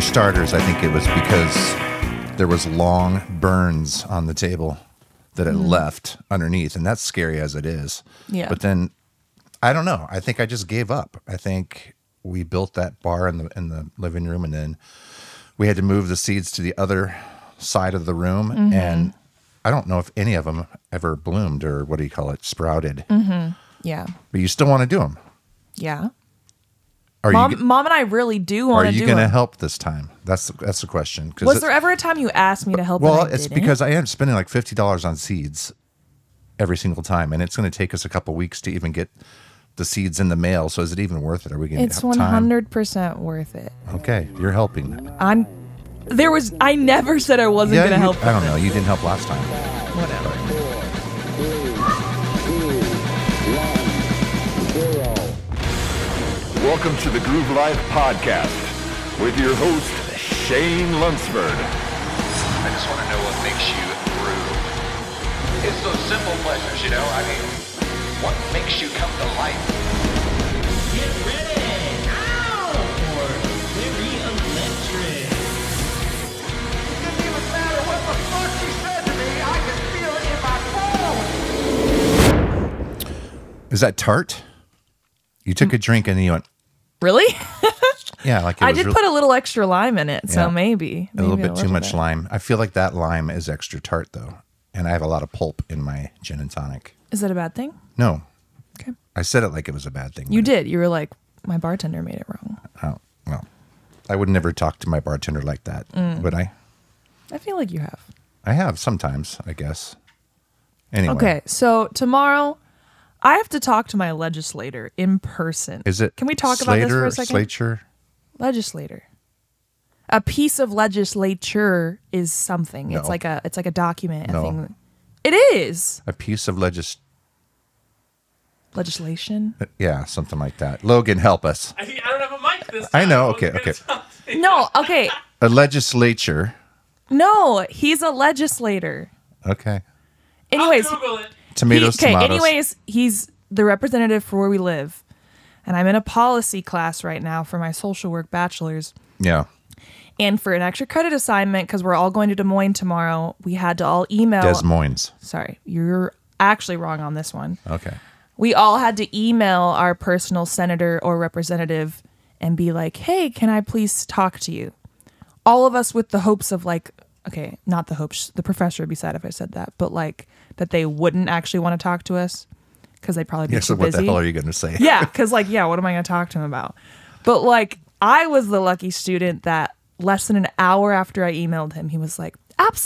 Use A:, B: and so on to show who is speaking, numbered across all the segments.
A: starters, I think it was because there was long burns on the table that it left underneath, and that's scary as it is.
B: Mm-hmm. Yeah.
A: But then, I don't know. I think I just gave up. I think we built that bar in the in the living room, and then we had to move the seeds to the other side of the room,
B: Mm-hmm.
A: and I don't know if any of them ever bloomed or what do you call it, sprouted.
B: Mm. Yeah.
A: But you still want to do them.
B: Yeah.
A: Are
B: Mom,
A: you g-
B: mom and I really do
A: are
B: want to
A: you
B: do
A: going to
B: it.
A: help this time? That's the- that's the question. 'Cause
B: Was
A: it-
B: there ever a time you asked me to help?
A: Well,
B: and Oh, I
A: it's
B: didn't?
A: because I am spending like fifty dollars on seeds every single time, and it's going to take us a couple weeks to even get the seeds in the mail. So is it even worth it? Are we going to
B: it's
A: have
B: one
A: time?
B: hundred percent worth it.
A: Okay, you're helping.
B: I'm. There was. I never said I wasn't
A: yeah,
B: gonna
A: you-
B: help.
A: I don't know. You didn't help last time.
B: Whatever.
C: Welcome to the Groove Life Podcast with your host, Shane Lunsford.
D: I just want to know what makes you groove. It's those simple pleasures, you know. I mean, what makes you come to life?
E: Get ready now for very electric.
A: Is that tart? You took a drink and you went,
B: Really?
A: yeah, like it
B: I
A: was
B: did
A: real-
B: put a little extra lime in it, so
A: Yeah.
B: maybe,
A: a little
B: maybe
A: bit too much lime. I feel like that lime is extra tart though, and I have a lot of pulp in my gin and tonic.
B: Is that a bad thing?
A: No,
B: Okay.
A: I said it like it was a bad thing.
B: You
A: but
B: did. You were like, my bartender made it wrong.
A: Oh, well, I would never talk to my bartender like that,
B: Mm.
A: would I?
B: I feel like you have.
A: I have sometimes, I guess. Anyway,
B: Okay, so tomorrow I have to talk to my legislator in person.
A: Is it?
B: Can we talk about this
A: Slater
B: for
A: or
B: a second?
A: Slature.
B: legislator. A piece of legislature is something. It's
A: No.
B: like a it's like a document. a
A: No.
B: thing. It is
A: A piece of legis.
B: legislation.
A: Yeah, something like that. Logan, help us.
E: I, I don't have a mic this
A: I
E: time.
A: know,
E: wasn't
A: okay,
E: gonna
A: okay.
E: talk to you.
B: No, okay,
A: A legislature.
B: no, he's a legislator.
A: Okay.
B: Anyways,
E: Google it.
A: Tomatoes,
B: He- okay,
A: tomatoes.
B: anyways, he's the representative for where we live. And I'm in a policy class right now for my social work bachelor's.
A: Yeah.
B: And for an extra credit assignment, because we're all going to Des Moines tomorrow, we had to all email.
A: Des Moines.
B: Sorry, you're actually wrong on this one.
A: Okay.
B: We all had to email our personal senator or representative and be like, hey, can I please talk to you? All of us with the hopes of, like, okay, not the hopes, the professor would be sad if I said that, but like that they wouldn't actually want to talk to us because they'd probably be
A: Yeah.
B: too
A: So what
B: busy.
A: the hell are you going to say?
B: Yeah, because like, yeah, what am I going to talk to him about? But like, I was the lucky student that less than an hour after I emailed him, he was like,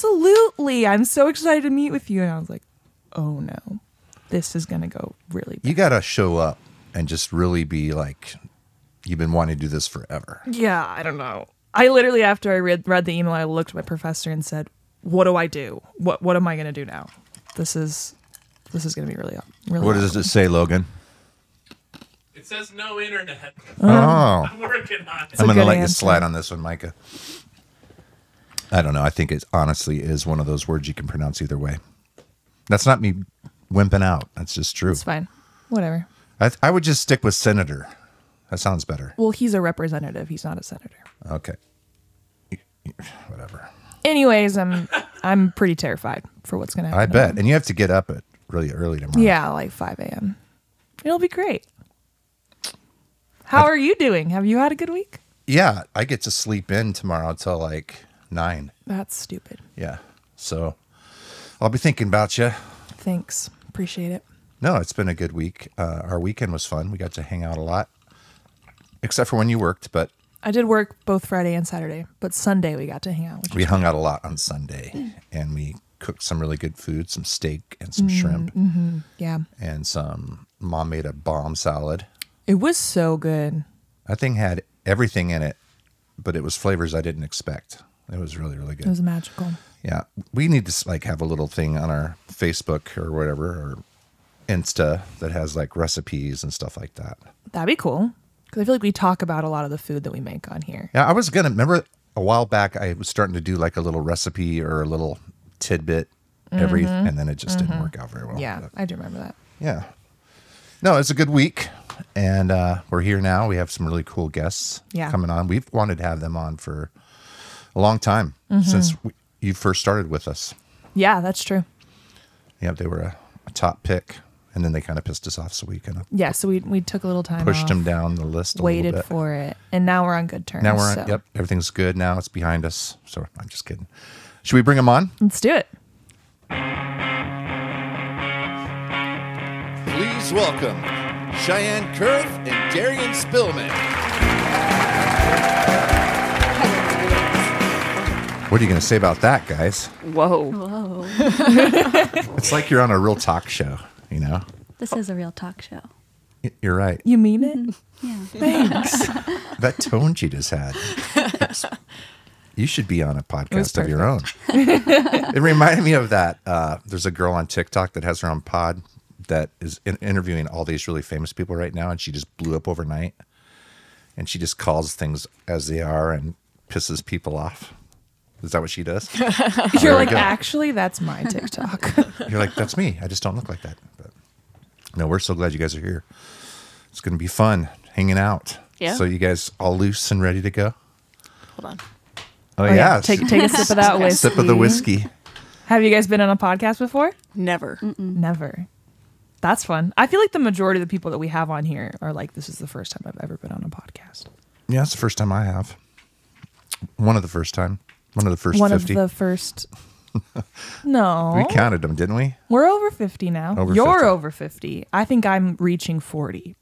B: "Absolutely, I'm so excited to meet with you." And I was like, "Oh no, this is going to go really." Bad.
A: You got to show up and just really be like, you've been wanting to do this forever.
B: Yeah, I don't know. I literally after I read read the email, I looked at my professor and said, "What do I do? What what am I going to do now? This is this is going to be really really."
A: What does
B: awkward."
A: it say, Logan?
E: It says no internet.
A: Oh.
E: I'm working on it.
A: I'm
B: a
A: going to
B: good
A: let you
B: answer.
A: slide on this one, Micah. I don't know. I think it honestly is one of those words you can pronounce either way. That's not me wimping out. That's just true.
B: It's fine. Whatever.
A: I, I would just stick with senator. That sounds better.
B: Well, he's a representative. He's not a senator.
A: Okay. Whatever.
B: anyways, I'm I'm pretty terrified for what's gonna happen.
A: I bet. And you have to get up at really early tomorrow.
B: Um, Yeah, like five a.m. It'll be great. How are you doing? Have you had a good week?
A: Yeah. I get to sleep in tomorrow till like nine.
B: That's stupid.
A: Yeah. So I'll be thinking about you.
B: Thanks, appreciate it.
A: No, it's been a good week. Uh, our weekend was fun. We got to hang out a lot, except for when you worked, but
B: I did work both Friday and Saturday, but Sunday we got to hang out. Which
A: we hung out a lot on Sunday and we cooked some really good food, some steak and some shrimp
B: yeah,
A: and some mom made a bomb salad.
B: it was so good.
A: That thing had everything in it, but it was flavors I didn't expect. It was really, really
B: It
A: good.
B: was magical.
A: Yeah. We need to s- like have a little thing on our Facebook or whatever or Insta that has like recipes and stuff like that.
B: That'd be cool because I feel like we talk about a lot of the food that we make on here.
A: Yeah, I was gonna remember a while back I was starting to do like a little recipe or a little tidbit every and then it just didn't work out very well.
B: Mm-hmm. Yeah,
A: But,
B: I do remember that.
A: yeah. No, it's a good week. And uh, we're here now. We have some really cool guests
B: Yeah.
A: coming on. We've wanted to have them on for a long time
B: Mm-hmm.
A: since we, you first started with us.
B: Yeah, that's true.
A: Yeah, they were a, a top pick, and then they kind of pissed us off, so we kind of
B: Yeah, so we we took a little time.
A: pushed
B: off,
A: them down the list. A
B: Waited
A: little bit.
B: for it, and now we're on good terms.
A: Now we're on.
B: so
A: Yep, everything's good. Now it's behind us. So I'm just kidding. Should we bring them on?
B: Let's do it.
F: Please welcome Cheyenne Kurth and Darian Spillman.
A: What are you going to say about that, guys?
G: Whoa.
A: It's like you're on a real talk show. You know,
H: This
A: Oh.
H: is a real talk show.
A: Y- you're right.
B: You mean it?
A: That tone she just had. It's- You should be on a podcast of your own. it reminded me of that. Uh, there's a girl on TikTok that has her own pod that is in- interviewing all these really famous people right now, and she just blew up overnight. And she just calls things as they are and pisses people off. Is that what she does? There
B: You're
A: we
B: like,
A: go.
B: actually, that's my TikTok.
A: You're like, that's me. I just don't look like that. But no, we're so glad you guys are here. It's going to be fun hanging out.
G: Yeah.
A: So you guys all loose and ready to go?
G: Hold on.
A: Oh,
B: Oh,
A: yeah.
B: Take take a sip of that whiskey.
A: Sip of the whiskey.
B: Have you guys been on a podcast before?
G: Never.
B: Never. That's fun. I feel like the majority of the people that we have on here are like, this is the first time I've ever been on a podcast.
A: Yeah, that's the first time I have. One of the first time. One of the first
B: One
A: 50.
B: of the first. No.
A: we counted them, didn't we?
B: We're over 50 now.
A: Over
B: You're
A: 50.
B: over 50. I think I'm reaching 40,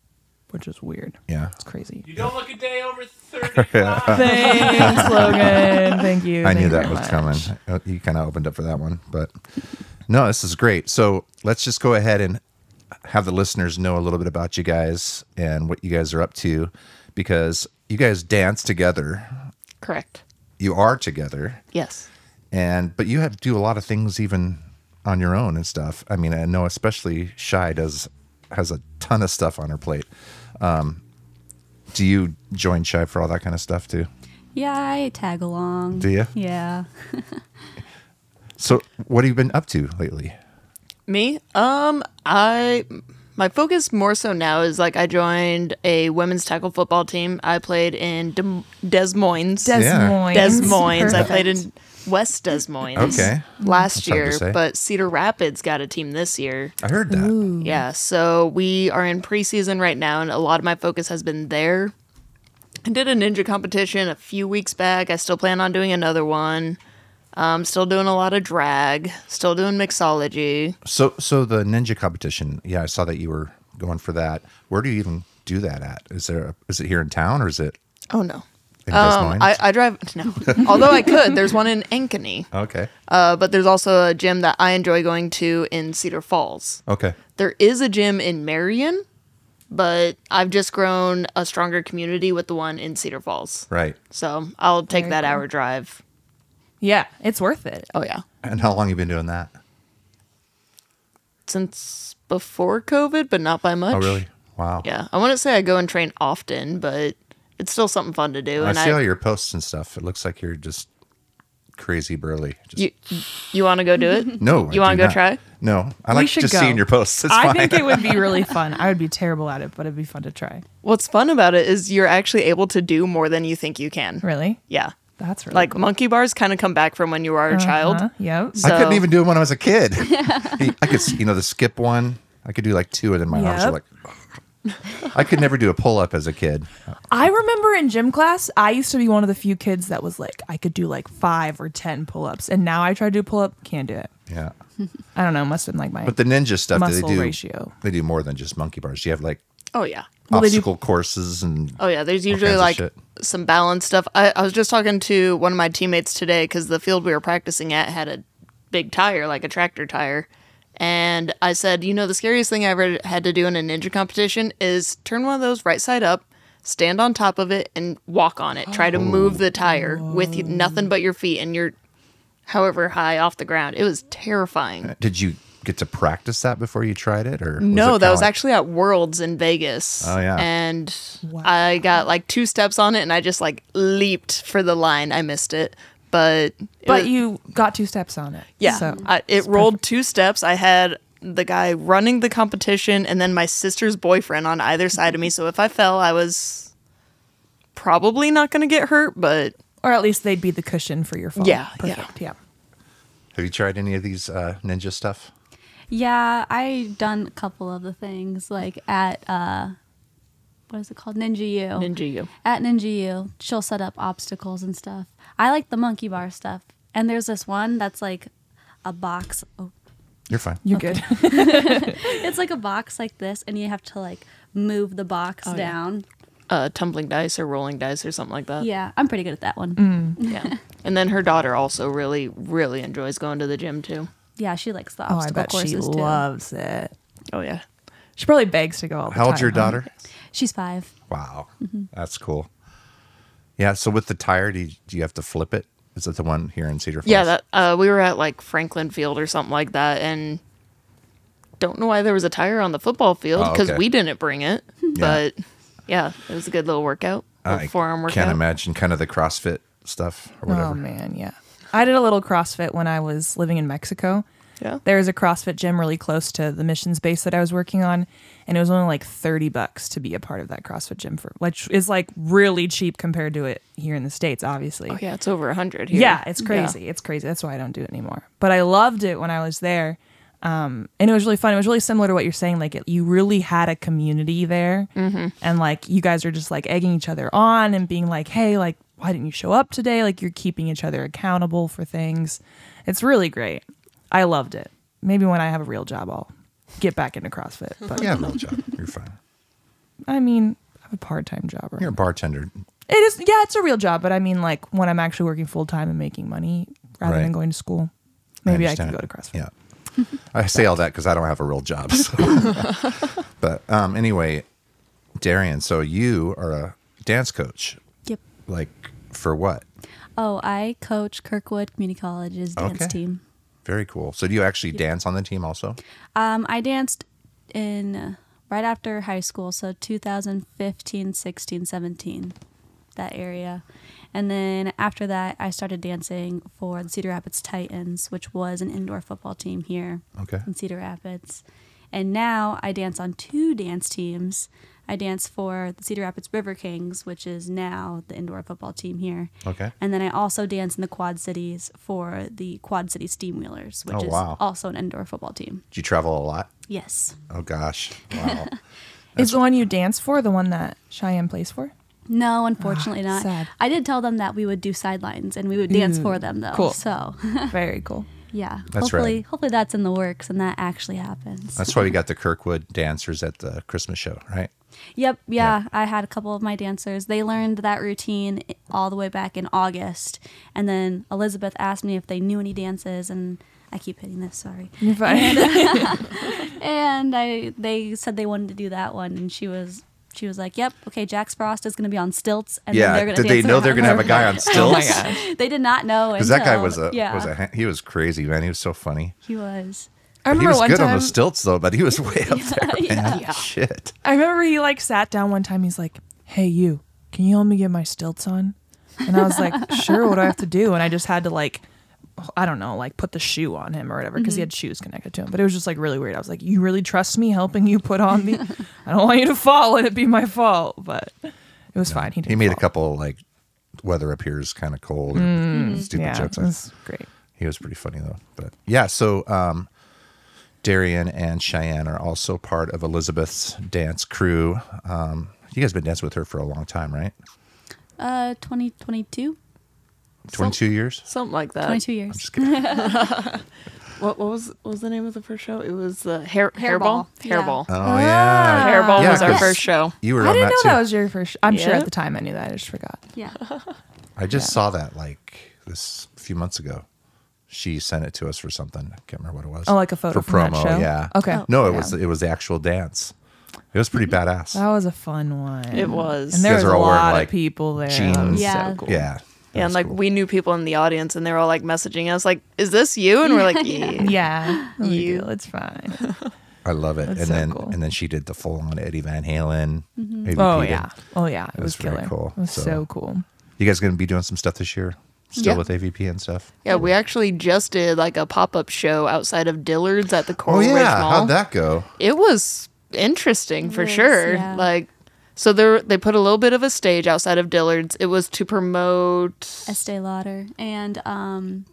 B: which is weird.
A: Yeah.
B: It's crazy.
E: You don't look a day over 35.
B: Thanks, Logan. Thank you.
A: I
B: Thank
A: knew
B: you
A: that
B: very
A: was
B: much.
A: coming. Uh, You kind of opened up for that one, but no, this is great. So let's just go ahead and have the listeners know a little bit about you guys and what you guys are up to, because you guys dance together,
G: Correct.
A: you are together,
G: Yes.
A: and but you have to do a lot of things even on your own and stuff. I mean, I know especially Shy does has a ton of stuff on her plate. Um, do you join Shy for all that kind of stuff too?
H: Yeah, I tag along.
A: Do ya?
H: Yeah.
A: So what have you been up to lately?
G: Me? Um, I my focus more so now is like I joined a women's tackle football team. I played in Dem- Des Moines.
B: Des
A: Yeah.
B: Moines.
G: Des Moines. I
B: Perfect.
G: played in West Des Moines.
A: Okay.
G: Last
A: That's hard to
G: year,
A: say.
G: but Cedar Rapids got a team this year.
A: I heard that.
G: Yeah, so we are in preseason right now, and a lot of my focus has been there. I did a ninja competition a few weeks back. I still plan on doing another one. Um, still doing a lot of drag. Still doing mixology.
A: So, so the ninja competition. Yeah, I saw that you were going for that. Where do you even do that at? Is there? A, is it here in town or is it
G: Oh no.
A: in
G: Um,
A: Des Moines?
G: I, I drive no. Although I could, there's one in Ankeny,
A: okay.
G: uh, but there's also a gym that I enjoy going to in Cedar Falls.
A: Okay.
G: There is a gym in Marion, but I've just grown a stronger community with the one in Cedar Falls.
A: Right.
G: So I'll take
B: Very
G: that
B: cool.
G: hour drive.
B: Yeah, it's worth it.
G: Oh yeah.
A: And how long you been doing that?
G: Since before COVID, but not by much.
A: Oh, really? Wow.
G: Yeah. I wouldn't say I go and train often, but it's still something fun to do.
A: I
G: and
A: see all
G: I,
A: your posts and stuff. It looks like you're just crazy burly. Just,
G: you, you want to go do it?
A: no. I
G: you wanna
A: do
G: go
A: not.
G: try?
A: No. I
B: We
A: like
B: should
A: just
B: go.
A: seeing your posts. It's
B: I
A: fine.
B: think it would be really fun. I would be terrible at it, but it'd be fun to try.
G: What's fun about it is you're actually able to do more than you think you can.
B: Really?
G: Yeah.
B: That's really
G: Like
B: cool.
G: monkey bars kind of come back from when you are a child.
B: Uh-huh. Yep.
A: I couldn't
G: so-
A: even do it when I was a kid. I could, you know, the skip one. I could do like two, and then my arms are
B: Yep.
A: like. I could never do a pull up as a kid.
B: I remember in gym class, I used to be one of the few kids that was like, I could do like five or 10 pull ups. And now I try to do pull up, can't do it.
A: Yeah.
B: I don't know. Must have been like my.
A: But the ninja stuff do
B: muscle
A: they do
B: ratio.
A: they do more than just monkey bars. You have like
G: Oh yeah.
B: they do-
A: obstacle courses and
G: Oh yeah, there's
A: kinds
G: usually
A: of
G: like
A: shit.
G: some balance stuff. I, I was just talking to one of my teammates today because the field we were practicing at had a big tire, like a tractor tire, and I said, you know, the scariest thing I ever had to do in a ninja competition is turn one of those right side up, stand on top of it, and walk on it. Try to move the tire with you, nothing but your feet, and you're however high off the ground. It was terrifying.
A: did you get to practice that before you tried it or was
G: No,
A: it
G: that
A: kinda
G: was
A: like-
G: actually at Worlds in Vegas.
A: Oh, yeah.
G: And I got like two steps on it and I just like leaped for the line. I missed it. But it
B: but
G: was-
B: you got two steps on it.
G: yeah, Mm-hmm.
B: So
G: I, it rolled two steps. I had the guy running the competition and then my sister's boyfriend on either side of me. So if I fell, I was probably not going to get hurt, but
B: Or at least they'd be the cushion for your phone.
G: Yeah, yeah.
B: Perfect. Yeah.
A: Have you tried any of these uh, ninja stuff?
H: Yeah, I done a couple of the things like at uh, what is it called? Ninja U.
G: Ninja you.
H: At Ninja U, she'll set up obstacles and stuff. I like the monkey bar stuff. And there's this one that's like a box. Oh,
A: You're fine.
B: You're good.
H: it's like a box like this, and you have to like move the
B: Oh,
H: box
G: yeah.
H: down.
G: Uh, tumbling dice or rolling dice or something like that.
B: Uh.
H: Yeah. I'm pretty good at that one.
B: Mm.
G: yeah. And then her daughter also really, really enjoys going to the gym too.
H: Yeah, she likes the
B: oh, I
H: obstacle
B: bet
H: courses
B: she
H: too.
B: loves it.
G: Oh yeah.
B: She probably begs to go all the
A: How old's
B: time,
A: your
B: huh?
A: daughter?
H: She's five.
A: Wow,
B: Mm-hmm.
A: that's cool. Yeah. So with the tire, do you, do you have to flip it? Is it the one here in Cedar Falls?
G: Yeah, that uh, we were at like Franklin Field or something like that, and don't know why there was a tire on the football field
A: Oh,
G: because
A: okay.
G: we didn't bring it. But yeah, it was a good little workout, little
A: I
G: forearm workout.
A: can't imagine kind of the CrossFit stuff or whatever.
B: Oh man, yeah. I did a little CrossFit when I was living in Mexico.
G: Yeah.
B: There was a CrossFit gym really close to the missions base that I was working on, and it was only like thirty bucks to be a part of that CrossFit gym for, which is like really cheap compared to it here in the states, obviously.
G: Oh yeah, it's over a hundred here.
B: Yeah, it's crazy. It's crazy. That's why I don't do it anymore. But I loved it when I was there. Um, and it was really fun. It was really similar to what you're saying. Like, it, you really had a community there. And, like, you guys are just like egging each other on and being like, hey, like, why didn't you show up today? Like, you're keeping each other accountable for things. It's really great. I loved it. Maybe when I have a real job, I'll get back into CrossFit. But
A: Yeah, real job. You're fine.
B: I mean, I have a part time job. Right?
A: You're a bartender.
B: It is, yeah, it's a real job, but I mean, like when I'm actually working full time and making money rather
A: Right.
B: than going to school, maybe I, can
A: understand
B: go
A: it.
B: to CrossFit.
A: Yeah. I say all that because I don't have a real job. so. but um, anyway, Darian, so you are a dance coach.
H: Yep.
A: Like for what?
H: Oh, I coach Kirkwood Community College's dance
A: Okay.
H: team.
A: Very cool. So do you actually dance on the team also?
H: Um, I danced in uh, right after high school, so 2015, 16, 17, that area. And then after that, I started dancing for the Cedar Rapids Titans, which was an indoor football team here
A: Okay.
H: in Cedar Rapids. And now I dance on two dance teams. I dance for the Cedar Rapids River Kings, which is now the indoor football team here.
A: Okay.
H: And then I also dance in the Quad Cities for the Quad City Steamwheelers, which
A: Oh,
H: is
A: wow.
H: also an indoor football team.
A: Do you travel a lot?
H: Yes.
A: Oh gosh. Wow.
B: Is the one you dance for the one that Cheyenne plays for?
H: No, unfortunately not.
B: Ah, sad. Mm.
H: I did tell them that we would do sidelines and we would dance for them though.
B: cool.
H: So
B: Very cool.
H: yeah.
A: That's right.
H: hopefully hopefully that's in the works and that actually happens.
A: That's why we got the Kirkwood dancers at the Christmas show, right?
H: yep, yeah, I had a couple of my dancers. They learned that routine i- all the way back in August. And then Elizabeth asked me if they knew any dances and I keep hitting this, sorry.
B: You're fine.
H: And I they said they wanted to do that one and she was she was like, "Yep, okay, Jax Frost is going to be on stilts and then they're going to
A: Did they know they're gonna have a guy on
B: oh
A: stilts?
B: my gosh.
H: They did not know
A: Because that guy
H: until-
A: was a
H: yeah,
A: was a ha- he was crazy man. He was so funny.
H: he was.
B: I
A: He
B: remember
A: was
B: one
A: good
B: time.
A: on the stilts though, but he was way up there. Man.
G: Yeah.
A: Shit.
B: I remember he like sat down one time. He's like, "Hey, you, can you help me get my stilts on?" And I was like, "Sure. What do I have to do?" And I just had to like, I don't know, like put the shoe on him or whatever because he had shoes connected to him. But it was just like really weird. I was like, "You really trust me helping you put on the? I don't want you to fall and it be my fault." But it was fine. He didn't
A: He made a
B: fall.
A: couple like weather appears kind of cold, or stupid
B: Yeah,
A: jokes.
B: it was great.
A: He was pretty funny though. But yeah, so um, Darian and Cheyenne are also part of Elizabeth's dance crew. Um, you guys been dancing with her for a long time, right?
H: Uh, 2022?
A: Twenty two years.
G: Something like that.
H: 22 years.
A: Just kidding.
G: What, what was what was the name of the first show? It was the hair hairball.
H: Hairball. Yeah.
G: Hairball.
A: Oh yeah,
G: Hairball
A: Yeah,
G: was our
A: 'cause-
G: first show.
A: you were
B: Ah. I
A: on
B: didn't
A: that
B: know
A: too.
B: that was your first. I'm sure
G: Yeah.
B: at the time I knew that. I just forgot.
H: Yeah.
A: I just saw that like this a few months ago. She sent it to us for something. I can't remember what it was.
B: Oh, like a photo
A: for
B: from that
A: promo.
B: show?
A: Yeah.
B: Okay. Oh.
A: No, it
B: Yeah.
A: was it was the actual dance. It was pretty badass.
B: That was a fun one.
G: It was.
B: and there
A: You guys
B: was
A: are
B: a
A: all wearing,
B: lot
A: like,
B: of people there.
A: jeans.
B: That was
H: Yeah.
B: so cool.
A: Yeah. that
G: Yeah, and
A: was
G: like
A: cool.
G: we knew people in the audience, and they were all like messaging us, like, "Is this you?" And we're like, "Yeah."
B: Yeah,
A: Oh,
B: no big
G: You.
B: deal. It's fine.
A: I love it. And
B: That's so
A: then
B: cool.
A: and then she did the full on Eddie Van Halen.
G: Mm-hmm.
A: AVP
B: Oh
A: did.
B: yeah, oh yeah. It,
A: was
B: was,
A: very
B: killer.
A: cool,
B: It was
A: so-
B: so, cool.
A: You guys gonna be doing some stuff this year? Still
G: Yeah.
A: with AVP and stuff.
G: Yeah, we actually just did like a pop up show outside of Dillard's at the Coral
A: oh yeah.
G: Ridge Mall.
A: How'd that go?
G: it was interesting for
H: was,
G: sure.
H: yeah.
G: Like So there, they put a little bit of a stage outside of Dillard's. It was to promote.
H: Estee Lauder. And um,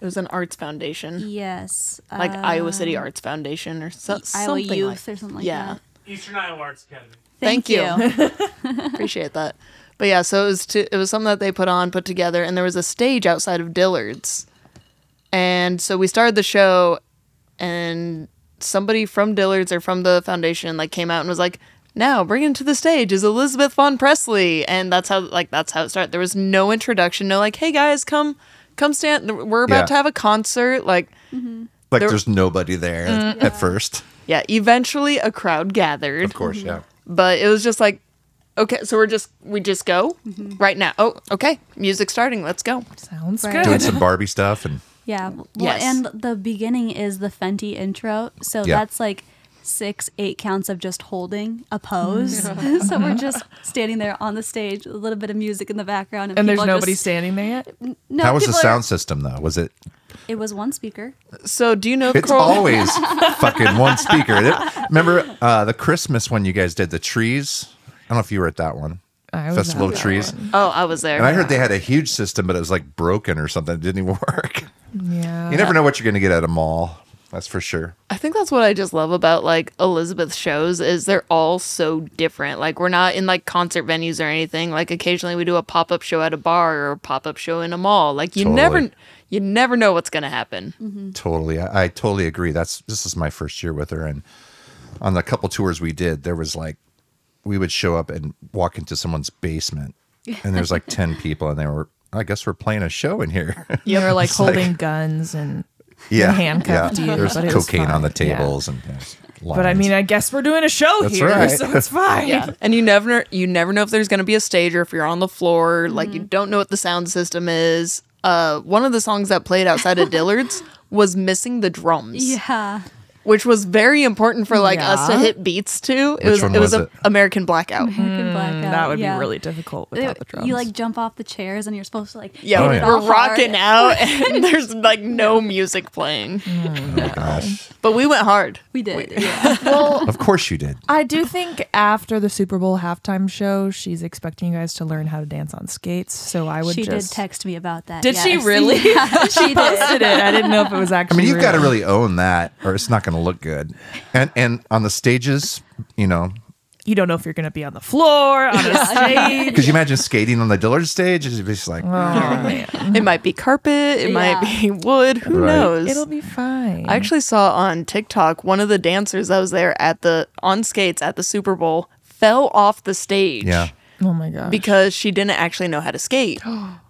G: It was an arts foundation,
H: yes. Uh,
G: like Iowa City Arts Foundation or so,
H: Iowa
G: something
H: Youth
G: like.
H: or something like
G: yeah.
H: that.
E: Eastern Iowa Arts Academy.
G: Thank Appreciate that. But yeah, so it was to, it was something that they put on, put together, and there was a stage outside of Dillard's, and so we started the show, and somebody from Dillard's or from the foundation like came out and was like, "Now bringing to the stage is Elizabeth Von Presley," and that's how like that's how it started. There was no introduction, no like, "Hey guys, come come stand, we're about
A: Yeah.
G: to have a concert." Like,
A: Like
G: There- Mm.
A: there's nobody there at first.
G: yeah, eventually a crowd gathered.
A: Of course, yeah.
G: but it was just like okay so we're just we just go right now oh okay music starting let's go
B: Sounds
H: Right.
A: Doing
B: good.
A: some Barbie stuff and
H: Yeah.
B: Mm,
H: Well,
G: Yes.
H: and the beginning is the Fenty intro. So
A: Yeah.
H: that's like six, eight counts of just holding a pose.
B: Mm.
H: so we're just standing there on the stage, a little bit of music in the background. And,
B: And there's
H: people
B: nobody
H: just,
B: standing there yet.
H: No,
A: how was the
H: people are-
A: sound system though? Was it?
H: It was one speaker.
G: so do you know
A: It's
G: Coral-
A: always fucking one speaker. It- Remember uh, the Christmas one you guys did the trees? I don't know if you were at that one.
B: I was
A: Festival of
B: at that
A: Trees.
G: oh i was there
A: And I heard they had a huge system, but it was like broken or something. It didn't even work.
B: Yeah.
A: You never know what you're going to get at a mall. That's for sure.
G: i think that's what i just love about like elizabeth shows is they're all so different like we're not in like concert venues or anything like occasionally we do a pop-up show at a bar or a pop-up show in a mall like you
A: Totally.
G: never you never know what's gonna happen
A: Totally. I, I totally agree. That's this is my first year with her and on the couple tours we did, there was like we would show up and walk into someone's basement and there's like 10 people and they were I guess we're playing a show in here.
B: They were like
A: It's like-
B: holding guns and.
A: yeah.
B: handcuffed you,
A: There's
B: but it was
A: cocaine on
B: fine.
A: the
B: Yeah.
A: tables and there's
B: But I
A: lines.
B: mean, I guess we're doing a show
A: That's
B: here,
A: right.
B: so it's fine.
G: Yeah, and you never you never know if there's going to be a stage or if you're on the floor. Like
H: Mm-hmm.
G: you don't know what the sound system is. Uh, one of the songs that played outside of Dillard's was missing the drums,
H: Yeah.
G: which was very important for like us to
B: Yeah.
G: hit beats to. It
A: Which
G: was
A: one
G: it was
A: was
G: a
A: it?
G: American Blackout.
H: American Blackout.
B: Mm, That would
H: yeah.
B: be really difficult
H: They-
B: without the drums.
H: You like jump off the chairs and you're supposed to like
G: Yeah,
A: Oh,
H: hit it
A: yeah.
H: all
G: we're rocking
H: hard.
G: out, and there's like no music playing.
H: Mm-hmm.
A: Oh, gosh.
G: But we went hard.
H: We did. Yeah.
A: Of course you did.
B: I do think after the Super Bowl halftime show, she's expecting you guys to learn how to dance on skates. So I would
H: she
B: just
H: did text me about that.
B: Did she
H: yes.
B: really?
H: Yeah, she did.
B: posted it. I didn't know if it was
A: I
B: actually.
A: mean, you've got to
B: real.
A: really own that or it's not going to look good. And and on the stages, you know,
B: You don't know if you're going to be on the floor on a stage.
A: Because you imagine skating on the Dillard stage, it's just like,
G: It might be carpet, it might
H: Yeah.
G: be wood. Who
A: Right.
G: knows?
B: It'll be fine.
G: I actually saw on TikTok one of the dancers that was there at the on skates at the Super Bowl fell off the stage
A: yeah,
B: oh my gosh.
G: because she didn't actually know how to skate.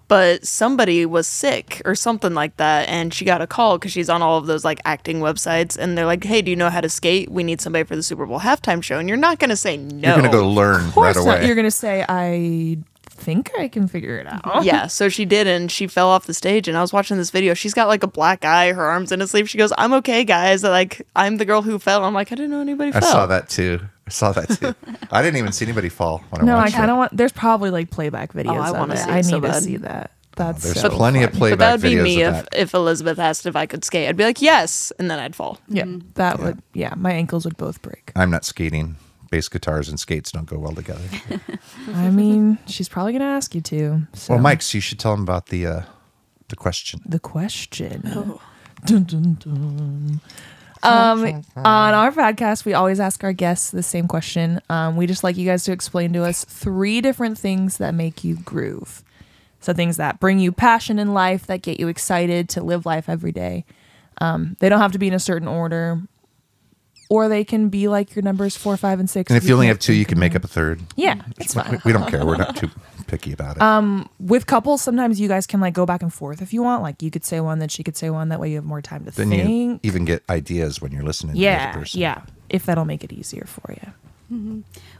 G: but somebody was sick or something like that and she got a call cuz she's on all of those like acting websites and they're like, "Hey, do you know how to skate? We need somebody for the Super Bowl halftime show." And you're not going to say no.
A: you're gonna go learn
B: of
A: right
B: course not.
A: away.
B: You're going to say, I think I can figure it out.
G: yeah, so she did, and she fell off the stage. And I was watching this video. She's got like a black eye, her arms in a sleeve. She goes, "I'm okay, guys. Like I'm the girl who fell." I'm like, I didn't know anybody
A: I
G: fell.
A: saw that too. I saw that too. I didn't even see anybody fall when I
B: No, I
A: watched
B: kind
A: it.
B: of want. There's probably like playback videos.
G: I
B: I want
G: wanna
B: to
G: see
B: I
G: it
B: need
G: so
B: to
G: bad.
B: see that. That's
A: There's
B: so
A: plenty of
B: fun.
G: But that
A: playback
G: would be
A: videos
G: me
A: of
G: if,
A: that.
G: if Elizabeth asked if I could skate. I'd be like, yes, and then I'd fall.
B: Yeah, that would. Yeah, my ankles would both break.
A: I'm not skating. Bass guitars and skates don't go well together.
B: I mean, she's probably gonna ask you to. So.
A: Well, Mike, so you should tell them about the uh, the question.
B: the question. Dun, dun, dun. Oh. Um, on our podcast, we always ask our guests the same question. Um, we just like you guys to explain to us three different things that make you groove. So things that bring you passion in life, that get you excited to live life every day. Um, they don't have to be in a certain order, or they can be like your numbers four, five, and six.
A: And if you only have Mm-hmm.
B: can't
A: two, you
B: think
A: can
B: of
A: make
B: them.
A: up a third.
B: Yeah, it's
A: We-
B: fine Um,
A: We, we don't care. We're not too picky about it.
B: with couples sometimes you guys can like go back and forth if you want like you could say one then she could say one that way you have more time to
A: then you
B: think
A: even get ideas when you're listening to the
B: yeah
A: other person.
B: yeah if that'll make it easier for you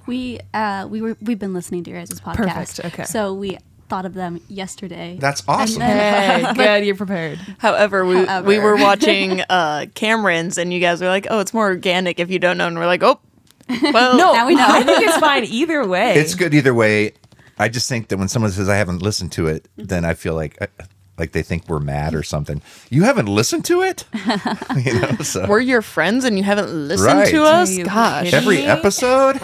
H: We uh we were we've been listening to your guys' podcast.
B: Perfect, okay.
H: So we thought of them yesterday.
A: That's awesome.
B: hey good you're prepared
G: However, we, we
H: However.
G: were watching uh, Cameron's, and you guys were like, oh, it's more organic if you don't know. And we're like, oh, well,
B: no
H: Now we know.
B: i think it's fine either way
A: It's good either way. I just think that when someone says I haven't listened to it,
B: Mm-hmm.
A: then I feel like uh, like they think we're mad or something. You haven't listened to it, you know? So
G: we're your friends and you haven't listened
A: Right.
G: to
A: Are
G: us?
B: you
G: Gosh.
B: kidding?
A: every episode.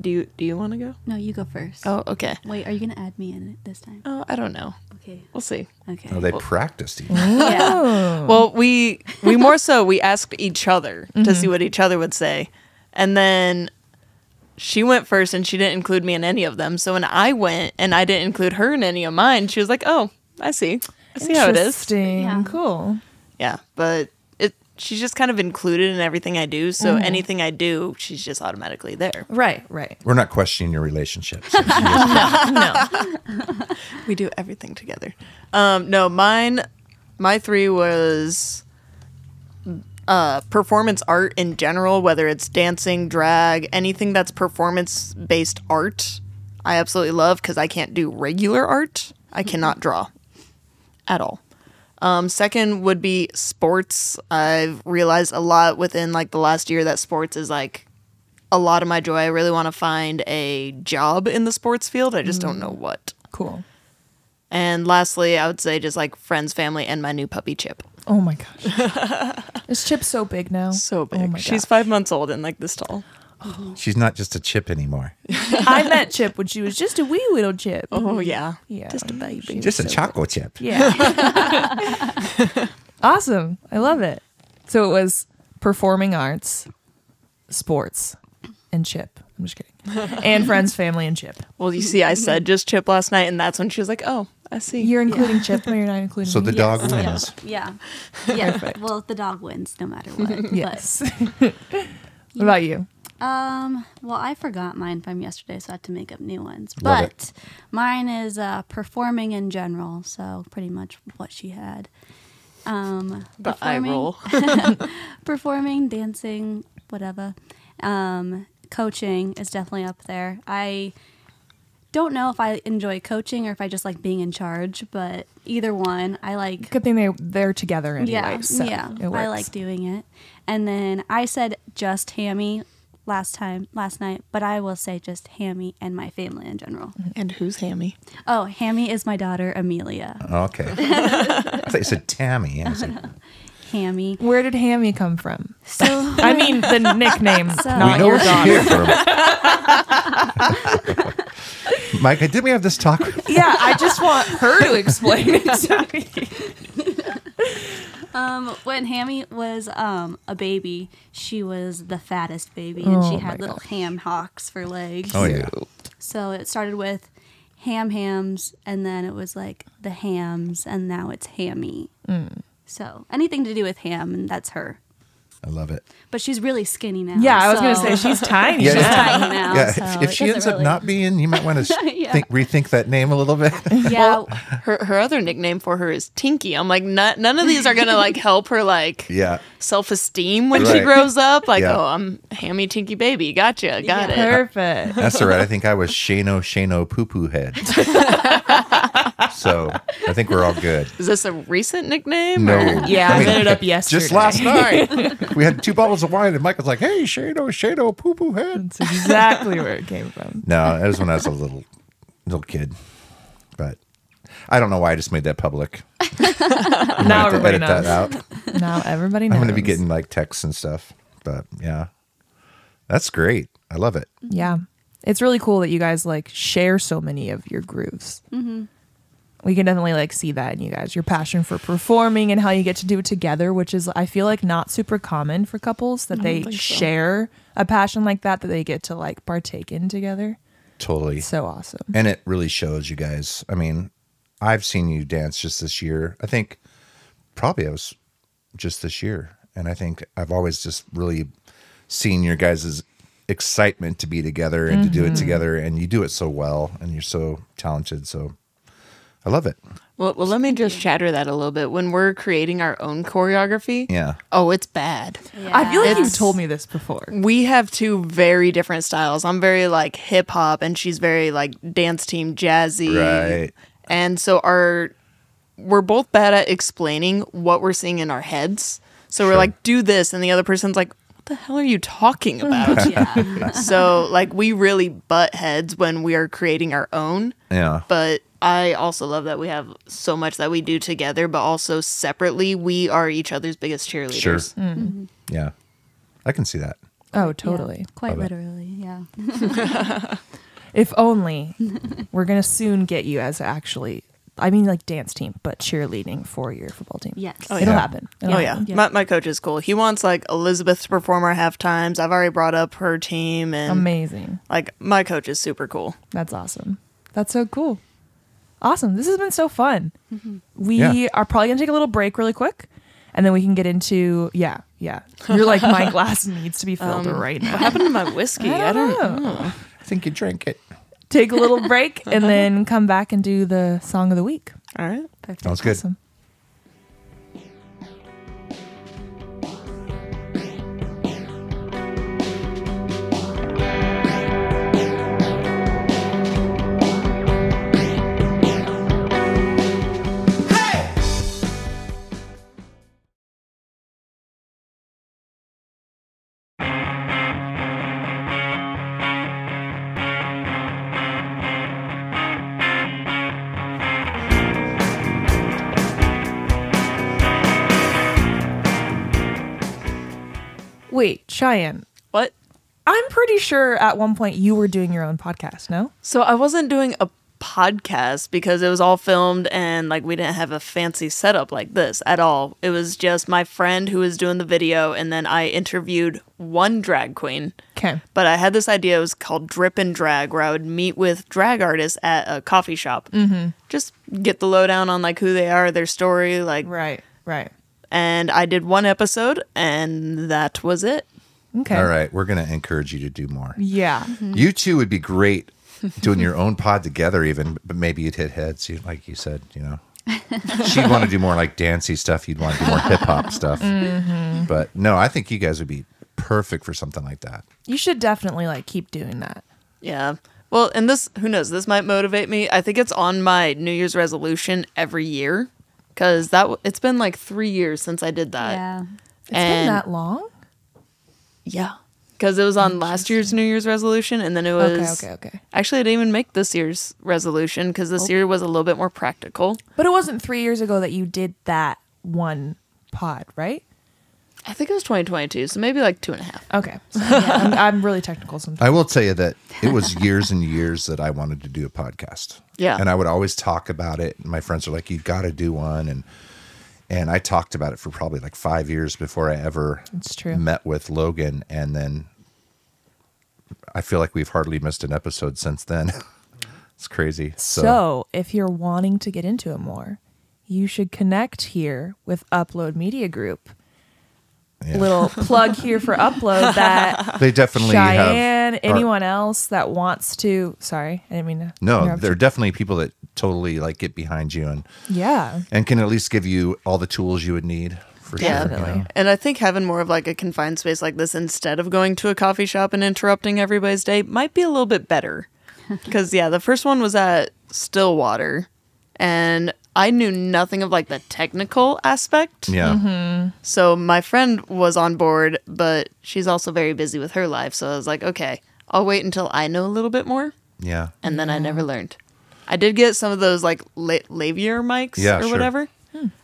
G: Do you do you want to go?
H: No, you go first.
G: Oh, okay.
H: Wait, are you gonna add me in it this time?
G: Oh, I don't know.
H: Okay.
G: We'll see.
H: Okay.
A: Oh, they practiced even.
G: Yeah. Well, we we more so we asked each other to see what each other would say, and then she went first, and she didn't include me in any of them. So when I went and I didn't include her in any of mine, she was like, "Oh, I see, I see how it is."
B: Interesting.
H: Yeah.
B: Cool.
G: Yeah, but it she's just kind of included in everything I do. So anything I do, she's just automatically there.
B: Right, right.
A: We're not questioning your relationship.
G: We do everything together. Um, no, mine, my three was uh, performance art in general, whether it's dancing, drag, anything that's performance based art. I absolutely love because I can't do regular art. I cannot draw at all. Um, second would be sports. I've realized a lot within like the last year that sports is like a lot of my joy. I really want to find a job in the sports field. I just don't know what.
B: Cool.
G: And lastly, I would say just like friends, family, and my new puppy Chip.
B: Oh my gosh. Is Chip so big now?
G: So big.
B: Oh my
G: She's
B: gosh.
G: five months old and like this tall.
A: She's not just a chip anymore.
B: I met Chip when she was just a wee little chip.
G: Oh yeah,
B: Yeah.
G: just a baby.
A: Just a chocolate chip.
B: Yeah. awesome. I love it. So it was performing arts, sports, and Chip. I'm just kidding. And friends, family, and Chip.
G: Well, you see, I said just Chip last night, and that's when she was like, "Oh, I see."
B: You're including Chip, but you're not including
A: So the
B: me.
A: dog wins.
H: Oh, Yeah. Yeah. Well, the dog wins no matter what.
B: Yes. what about you?
H: But, um. Well, I forgot mine from yesterday, so I had to make up new ones.
A: Love it.
H: but mine is uh, performing in general, so pretty much what she had. Um,
G: the eye
H: performing-
G: roll.
H: performing, dancing, whatever. Um, coaching is definitely up there. I don't know if I enjoy coaching or if I just like being in charge, but either one, I like.
B: Good thing they they're together anyway.
H: yeah,
B: so
H: yeah,
B: it
H: I
B: works.
H: like doing it. And then I said just hammy last time, last night, but I will say just hammy and my family in general.
G: and who's Hammy?
H: Oh, hammy is my daughter Amelia.
A: Okay. I thought you said Tammy. and I was like,
H: Hammy.
B: Where did Hammy come from?
H: So
B: I mean, the nickname,
A: we
H: Oh,
B: not
A: know
B: your
A: where she
B: dog.
A: here from. Mike, did we have this talk?
B: Yeah, I just want her to explain it to me.
H: Um, when Hammy was um, a baby, she was the fattest baby, and she
B: Oh my
H: had little ham hocks for legs.
A: Oh yeah.
H: So it started with ham hams, and then it was like the hams, and now it's hammy.
B: Mm.
H: So anything to do with ham, and that's her.
A: I love it.
H: But she's really skinny now.
B: Yeah, I was gonna
H: so
B: say she's tiny.
A: Yeah.
H: she's tiny now.
A: yeah,
H: so
A: if, if
H: it
A: she
H: doesn't
A: ends up
H: really-
A: not being, you might want to
H: Yeah.
A: think, rethink that name a little bit.
H: yeah,
G: Her her other nickname for her is Tinky. I'm like, none none of these are gonna like help her like
A: yeah.
G: self esteem when she
A: Right.
G: grows up. Like,
A: Yeah.
G: oh, I'm Hammy Tinky baby. Gotcha, got it.
B: Perfect.
A: That's all right. I think I was Shano Shano Poo Poo Head. so I think we're all good.
G: Is this a recent nickname?
A: No.
G: or-
B: Yeah, I
A: mean,
B: made it up yesterday.
A: Just last night, we had two bottles of wine, and Mike was like, "Hey, Shano, Shano, poo poo head."
B: That's exactly where it came from.
A: No, it was when I was a little little kid, but I don't know why I just made that public. We might
B: Now
A: have to
B: everybody
A: edit that
B: knows.
A: out.
B: Now everybody knows.
A: I'm going to be getting like texts and stuff, but yeah, that's great. I love it.
B: Yeah, it's really cool that you guys like share so many of your grooves. Mm-hmm. We can definitely like see that in you guys. Your passion for performing and how you get to do it together, which is I feel like not super common for couples that they share a passion like that that they get to like partake in together.
A: Totally.
B: So awesome.
A: and it really shows you guys i mean i've seen you dance just this year i think probably i was just this year and i think i've always just really seen your guys' excitement to be together and to do it together and you do it so well and you're so talented so i love it
G: Well, well, let me just shatter that a little bit. When we're creating our own choreography,
A: yeah
G: oh, it's bad.
B: I feel like
G: It's-
B: you've told me this before.
G: We have two very different styles. I'm very like hip hop, and she's very like dance team jazzy.
A: Right.
G: And so our we're both bad at explaining what we're seeing in our heads. So we're like, do this, and the other person's like, what the hell are you talking about?
H: yeah.
G: so like we really butt heads when we are creating our own.
A: yeah
G: but I also love that we have so much that we do together, but also separately, we are each other's biggest cheerleaders.
A: Mm-hmm. yeah i can see that
B: Oh, totally.
H: Quite literally, yeah. Yeah.
B: If only we're gonna soon get you as actually, I mean like dance team, but cheerleading for your football team.
H: Yes.
G: Oh,
B: it'll
A: yeah.
B: happen.
G: Oh yeah. My my coach is cool. He wants like Elizabeth to perform our half times. I've already brought up her team and
B: amazing.
G: like my coach is super cool.
B: That's awesome. That's so cool. Awesome. This has been so fun.
G: Mm-hmm.
B: We
A: Yeah.
B: are probably gonna take a little break really quick, and then we can get into yeah, yeah. You're like my glass needs to be filled right now.
G: What happened to my whiskey? Um, I don't,
A: I think you drank it.
B: Take a little break and
G: Uh-huh.
B: then come back and do the song of the week.
G: All right.
B: Perfect.
A: Sounds good.
B: Awesome. Wait, Cheyenne.
G: What?
B: I'm pretty sure at one point you were doing your own podcast, no?
G: So I wasn't doing a podcast because it was all filmed and like we didn't have a fancy setup like this at all. It was just my friend who was doing the video and then I interviewed one drag queen.
B: Okay.
G: But I had this idea. It was called Drip and Drag, where I would meet with drag artists at a coffee shop. Mm-hmm. Just get the lowdown on like who they are, their story, like.
B: Right, right.
G: And I did one episode, and that was it.
B: Okay.
A: All right, we're gonna encourage you to do more.
B: Yeah.
G: Mm-hmm.
A: You two would be great doing your own pod together, even. But maybe you'd hit heads, you- like you said. You know, she'd want to do more like dancey stuff. You'd want to do more hip hop stuff. But no, I think you guys would be perfect for something like that.
B: You should definitely like keep doing that.
G: Yeah. Well, and this, who knows, this might motivate me. I think it's on my New Year's resolution every year because that w- it's been like three years since I did that.
H: Yeah.
B: It's been
G: And-
B: that long?
G: Yeah. Because it was on last year's New Year's resolution, and then it
B: Okay,
G: was.
B: okay, okay.
G: Actually, I didn't even make this year's resolution because this year was a little bit more practical.
B: But it wasn't 3 years ago that you did that one pod, right?
G: I think it was 2022, so maybe like two and a half.
B: Okay. So, yeah, I'm, I'm really technical sometimes.
A: I will tell you that it was years and years that I wanted to do a podcast.
G: Yeah.
A: And I would always talk about it. And my friends are like, you got to do one. And, and I talked about it for probably like five years before I ever
B: It's true.
A: met with Logan. And then I feel like we've hardly missed an episode since then. it's crazy. So,
B: So, if you're wanting to get into it more, you should connect here with Upload Media Group.
A: Yeah.
B: Little plug here for Upload that
A: they definitely have
B: Cheyenne,
A: are-
B: anyone else that wants to. Sorry, I didn't mean to.
A: no,
B: interrupt
A: there are
B: you.
A: definitely people that totally like get behind you and,
B: Yeah.
A: and can at least give you all the tools you would need for sure, you
G: Definitely.
A: know.
G: And I think having more of like a confined space like this instead of going to a coffee shop and interrupting everybody's day might be a little bit better. Cuz yeah, the first one was at Stillwater and I knew nothing of like the technical aspect.
A: Yeah.
G: So my friend was on board, but she's also very busy with her life, so I was like, okay, I'll wait until I know a little bit more
A: Yeah.
G: and then I never learned. I did get some of those like la- lavier mics
A: Yeah,
G: or
A: sure.
G: whatever.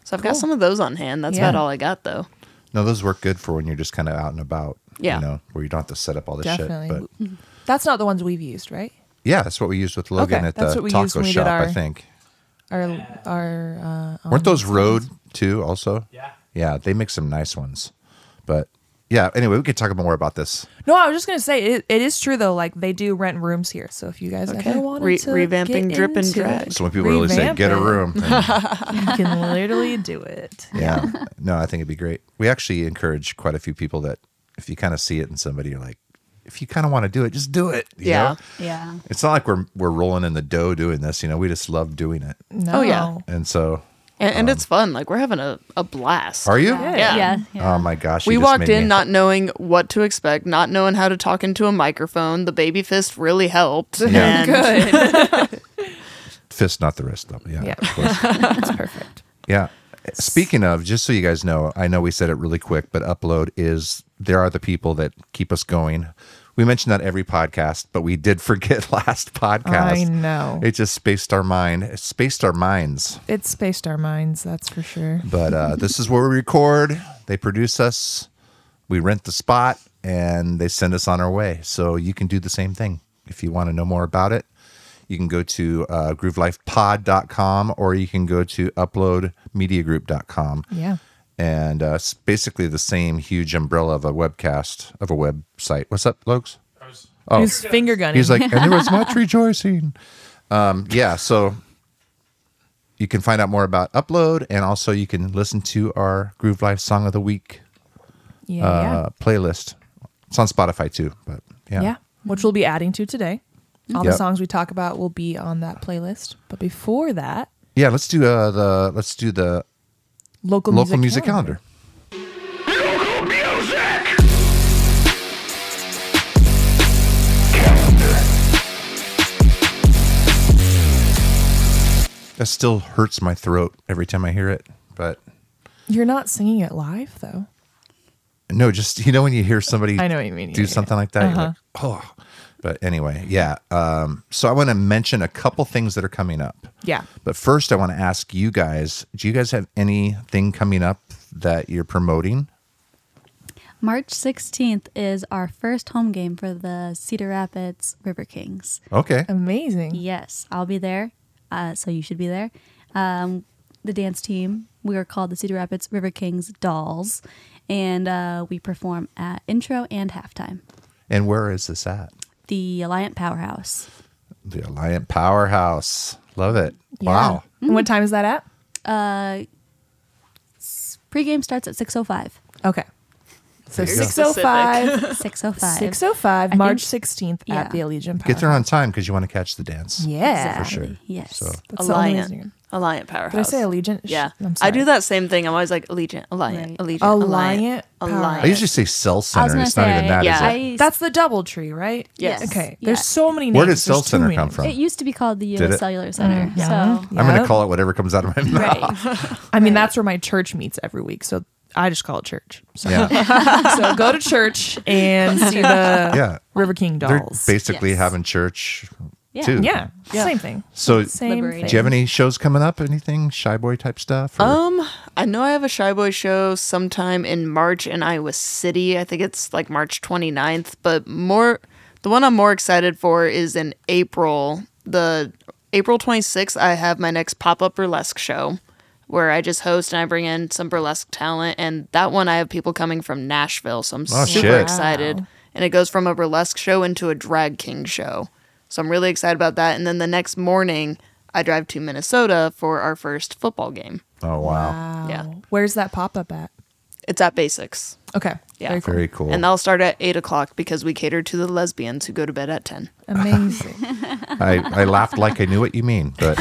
G: So I've got some of those on hand. That's
B: Hmm, Yeah.
G: about all I got though.
A: No, those work good for when you're just kind of out and about.
G: Yeah.
A: You know, where you don't have to set up all this
B: Definitely.
A: shit. But
B: That's not the ones we've used, right?
A: yeah, that's what we used with Logan
B: Okay,
A: at
B: that's
A: the
B: what we used
A: taco
B: when we did
A: shop, I
B: our-
A: think.
B: Our our uh,
A: Weren't those Rode too, also?
E: Yeah.
A: Yeah, they make some nice ones. But yeah, anyway, we could talk more about this.
B: no, I was just gonna say it, it is true though. Like they do rent rooms here, so if you guys
G: Okay.
B: ever wanted
G: Re-
B: to
G: revamping
B: get
G: Drip and
B: into
G: Drag.
B: it,
A: So when people really say,
B: Revamp
A: get a
B: it."
A: room. then-
B: you can literally do it.
A: yeah. No, I think it'd be great. We actually encourage quite a few people that if you kind of see it in somebody, you're like, if you kind of want to do it, just do it. you
G: Yeah.
A: know?
H: Yeah.
A: It's not like we're, we're rolling in the dough doing this. You know, we just love doing it.
B: No.
G: Oh, yeah.
A: And so,
G: And, and it's fun. Like we're having a, a blast.
A: Um, are you?
H: Uh, Yeah.
G: Yeah.
A: Oh my gosh!
G: we
A: you just
G: walked
A: made
G: in
A: me-
G: not knowing what to expect, not knowing how to talk into a microphone. The baby fist really helped.
A: Yeah.
G: And
A: fist, not the wrist, though. Yeah,
B: Yeah.
A: of course.
B: It's perfect.
A: yeah. Speaking of, just so you guys know, I know we said it really quick, but upload is there are the people that keep us going. We mentioned that every podcast, but we did forget last podcast.
B: I know.
A: It just spaced our mind, it spaced our minds.
B: It spaced our minds, that's for sure.
A: But uh, this is where we record. They produce us. We rent the spot. and they send us on our way. So you can do the same thing. If you want to know more about it, you can go to uh, groovelifepod.com or you can go to uploadmediagroup.com.
B: Yeah.
A: And uh, it's basically the same huge umbrella of a webcast, of a website. What's up, Lokes?
B: Oh. He's finger gunning.
A: He's like, and there was much rejoicing. Um, yeah, so you can find out more about Upload, and also you can listen to our Groove Life Song of the Week
B: yeah,
A: uh, playlist. It's on Spotify too, but yeah.
B: yeah. yeah. Which we'll be adding to today. All
A: Yep.
B: the songs we talk about will be on that playlist. But before that,
A: Yeah, let's do uh, the let's do the
B: local,
A: local music
B: music
A: calendar.
C: Local music!
A: That still hurts my throat every time I hear it. But
B: You're not singing it live though.
A: no, just you know when you hear somebody
B: I know what you mean.
A: do
B: Yeah, Uh-huh. yeah.
A: something like that, you're like, oh. But anyway, yeah. Um, so I want to mention a couple things that are coming up.
B: Yeah.
A: But first, I want to ask you guys: Do you guys have anything coming up that you're promoting?
H: March 16th is our first home game for the Cedar Rapids River Kings.
A: Okay.
B: Amazing.
H: Yes, I'll be there. Uh, so you should be there. Um, the dance team, we are called the Cedar Rapids River Kings Dolls, and uh, we perform at intro and halftime.
A: And where is this at?
H: The Alliant Powerhouse,
A: The Alliant Powerhouse. Love it.
B: Yeah.
A: Wow.
B: And what time is that at?
H: Uh, pregame starts at 6.05.
B: Okay. So
A: Very
B: 605,
H: 6.05.
B: 605,
H: I
B: March
H: think-
B: 16th
H: yeah.
B: at the Allegiant Power.
A: Get there on time because you want to catch the dance.
B: Yeah.
A: For sure.
H: Yes.
A: So
B: That's the only
G: Alliant.
B: reason.
G: Alliant Powerhouse.
B: Did I say Allegiant? Sh-
G: Yeah.
B: I'm sorry.
G: I do that same thing. I'm always like Allegiant,
H: Right.
G: Alliant, Allegiant,
B: Alliant
A: I
B: Powerhouse.
G: Alliant.
A: usually say Cell
H: I was
A: Center.
H: going to
A: It's not
H: say,
A: even that, is
G: yeah,
A: it?
H: I,
B: That's the double tree, right?
G: Yes.
B: Okay.
H: Yeah.
B: There's so many names.
A: Where did
B: There's
A: Cell
B: too
A: Center
B: many
A: come
B: names.
A: from?
H: it used to be called the
A: Did
H: U.S.
A: it?
H: Cellular Center. So
A: I'm going
B: Yep.
A: to call it whatever comes out of my mouth.
B: I mean, that's where my church meets every week. So I just call it church. So,
A: Yeah.
B: so go to church and see the
A: Yeah.
B: River King
A: They're
B: dolls.
A: basically
G: Yes.
A: having church
H: Yeah.
A: too.
B: yeah, Same thing.
A: So
B: Same
H: Liberating.
A: do you have
B: thing.
A: any shows coming up? Anything shy boy type stuff? or-
G: Um, I know I have a Shy Boy show sometime in March in Iowa City. I think it's like March 29th, but more the one I'm more excited for is in April. The April 26th, I have my next pop-up burlesque show where I just host and I bring in some burlesque talent and that one I have people coming from Nashville, so I'm
A: Oh,
G: super
A: shit.
G: excited. And it goes from a burlesque show into a drag king show. So I'm really excited about that. And then the next morning, I drive to Minnesota for our first football game.
A: oh, wow.
G: Yeah.
B: Where's that pop up at?
G: It's at Basics.
B: Okay.
G: Yeah.
B: Very cool.
A: Very cool.
G: And that'll start at 8 o'clock because we cater to the lesbians who go to bed at 10.
B: Amazing.
A: I, I laughed like I knew what you mean, but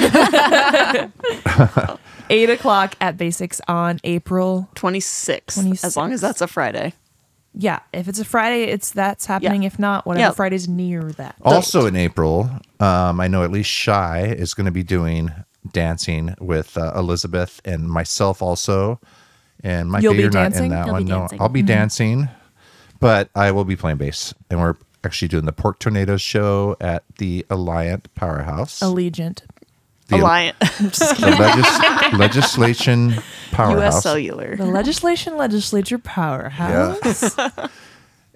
B: Eight o'clock at Basics on April
G: 26. As long
B: 26.
G: as that's a Friday.
B: Yeah, if it's a Friday, it's that's happening. If not, whatever
G: Yeah.
B: Friday's near that.
A: also in April, um, I know at least Shy is going to be doing dancing with uh, Elizabeth and myself also. And Micah,
B: You'll be
A: you're not in
B: dancing? Mm-hmm.
A: that
H: You'll
A: one.
H: be
A: No,
H: dancing.
A: I'll be dancing, but I will be playing bass. And we're actually doing the Pork Tornado show at the Alliant Powerhouse.
B: Allegiant.
A: the
G: Alliant.
A: the legis- legislation
G: U.S.
A: powerhouse.
G: Cellular.
B: The legislation legislature powerhouse.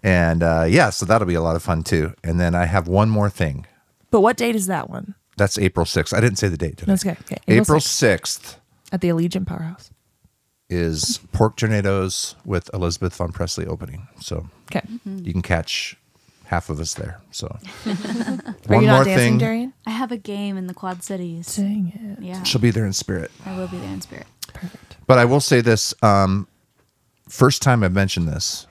A: And uh, yeah, so that'll be a lot of fun too. And then I have one more thing.
B: but what date is that one?
A: That's April 6th. I didn't say the date, did I?
B: That's okay. Okay, April
A: April 6th.
B: At the Allegiant Powerhouse.
A: is Pork Tornadoes with Elizabeth Von Presley opening. So
B: Okay.
A: you can catch half of us there. So
B: Hmm. Are
A: one
B: you not
A: more
B: dancing,
A: thing,
B: Darian?
H: I have a game in the Quad Cities.
B: Dang it.
H: Yeah,
A: she'll be there in spirit.
H: I will be there in spirit.
B: Perfect.
A: But I will say this: um, first time I've mentioned this,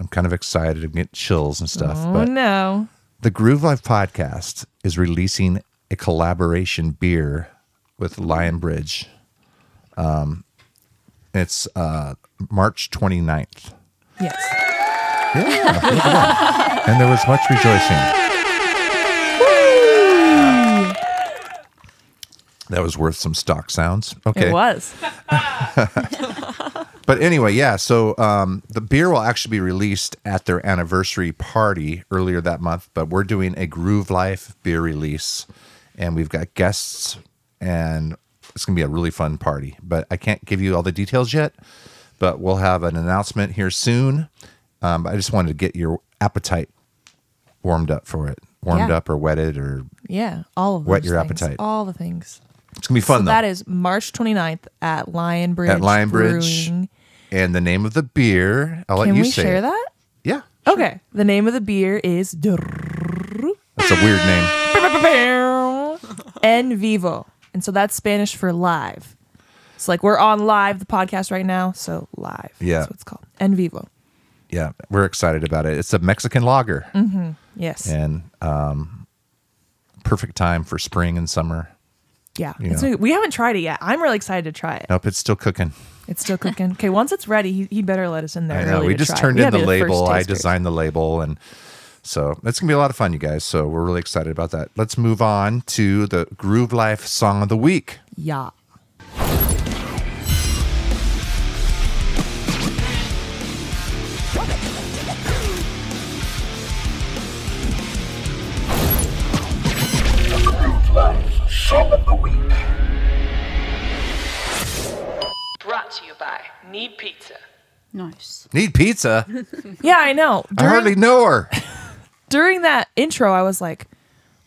A: I'm kind of excited and get chills and stuff.
B: Oh
A: but
B: no.
A: the Groove Life podcast is releasing a collaboration beer with Lion Bridge. Um, it's uh, March 29th.
B: Yes.
A: Yeah, look at that. and there was much rejoicing. That was worth some stock sounds. Okay.
B: It was.
A: But anyway, yeah. So um, the beer will actually be released at their anniversary party earlier that month. But we're doing a Groove Life beer release, and we've got guests, and it's gonna be a really fun party. But I can't give you all the details yet. But we'll have an announcement here soon. Um, I just wanted to get your appetite warmed up for it, warmed
B: Yeah.
A: up or wetted or
B: Yeah, all of
A: Whet
B: those
A: your
B: things,
A: appetite.
B: All the things.
A: it's gonna be fun
B: so
A: though.
B: that is March 29th at Lion Bridge.
A: At Lion Bridge.
B: Brewing.
A: and the name of the beer, I'll let
B: Can
A: you
B: we
A: say.
B: share
A: it.
B: that?
A: Yeah,
B: Okay. The name of the beer is
A: that's a weird name.
B: En Vivo. And so that's Spanish for live. It's like we're on live, the podcast right now. So live.
A: Yeah.
B: That's what it's called. En Vivo.
A: Yeah, we're excited about it. It's a Mexican lager,
B: Mm-hmm. Yes. Yeah.
A: and um, perfect time for spring and summer.
B: It's-
A: Yeah.
B: we haven't tried it yet. I'm really excited to try it.
A: Nope, it's still cooking.
B: It's still cooking. Okay. Once it's ready, he, he better let us in there.
A: I know.
B: early
A: We
B: to
A: just
B: try it.
A: turned
B: We
A: in the
B: gotta be
A: label.
B: first
A: I
B: tasters.
A: designed the label, and so it's gonna be a lot of fun, you guys. So we're really excited about that. Let's move on to the Groove Life Song of the Week.
B: Yeah.
I: Brought to you by Need Pizza.
H: Nice.
A: Need pizza?
B: Yeah, I know.
A: I hardly know her.
B: during that intro i was like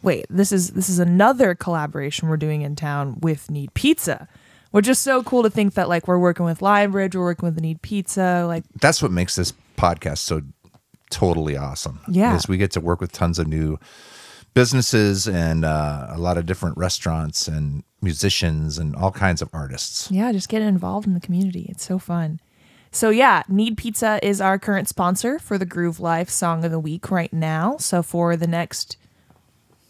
B: wait this is this is another collaboration we're doing in town with need pizza which is so cool to think that like we're working with lionbridge we're working with need pizza like
A: that's what makes this podcast so totally awesome.
B: Yeah.
A: Is we get to work with tons of new businesses and uh, a lot of different restaurants and musicians and all kinds of artists.
B: yeah just getting involved in the community it's so fun so yeah need pizza is our current sponsor for the groove life song of the week right now so for the next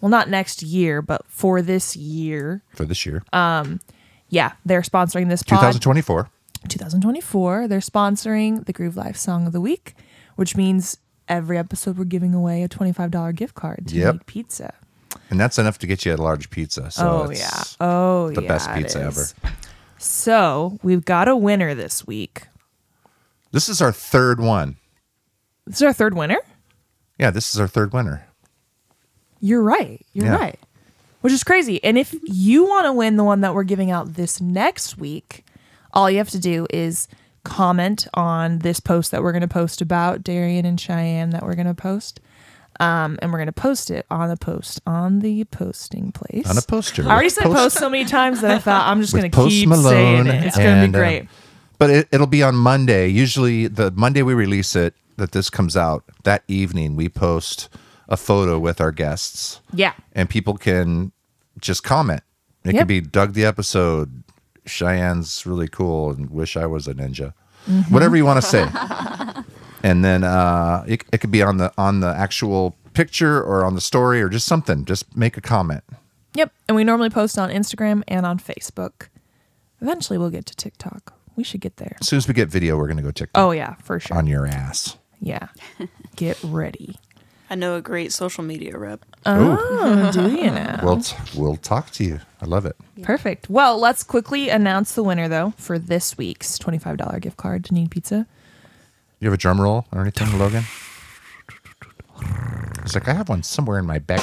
B: well not next year but for this year
A: For this year,
B: Uh, yeah they're sponsoring this pod.
A: 2024.
B: 2024, they're sponsoring the Groove Life Song of the Week, which means every episode we're giving away a $25 gift card to
A: Yep.
B: Need Pizza.
A: And that's enough to get you a large pizza. So
B: oh,
A: it's
B: yeah. Oh,
A: the
B: yeah.
A: best
B: it
A: pizza ever.
B: is. So we've got a winner this week.
A: This is our third one.
B: This is our third winner.
A: Yeah, this is our third winner.
B: You're right. You're
A: Yeah.
B: right. Which is crazy. And if you want to win the one that we're giving out this next week, all you have to do is comment on this post that we're going to post about Darian and Cheyenne that we're going to post. Um, and we're going to post it on the post on the posting place.
A: On a poster.
B: I already said
A: Post-
B: post, so many times that I thought I'm just
A: with
B: going to
A: Post
B: keep saying
A: Malone
B: it. It's going to be
A: and, uh,
B: great.
A: but it, it'll be on Monday. Usually, the Monday we release it, that this comes out, that evening we post a photo with our guests.
B: yeah.
A: and people can just comment. It
B: Yep.
A: could be Doug the episode, Cheyenne's really cool, and wish I was a ninja.
B: Mm-hmm.
A: Whatever you want to say. and then uh, it, it could be on the on the actual picture or on the story or just something. Just make a comment.
B: Yep. And we normally post on Instagram and on Facebook. Eventually we'll get to TikTok. We should get there.
A: As soon as we get video, we're gonna go TikTok
B: Oh yeah, for sure.
A: on your ass.
B: Yeah. Get ready.
G: I know a great social media rep.
B: Oh, do you now?
A: We'll t- we'll talk to you. I love it.
B: Perfect. Well, let's quickly announce the winner though for this week's twenty-five dollar gift card to Need Pizza.
A: You have a drum roll or anything, Logan? It's like I have one somewhere in my bag.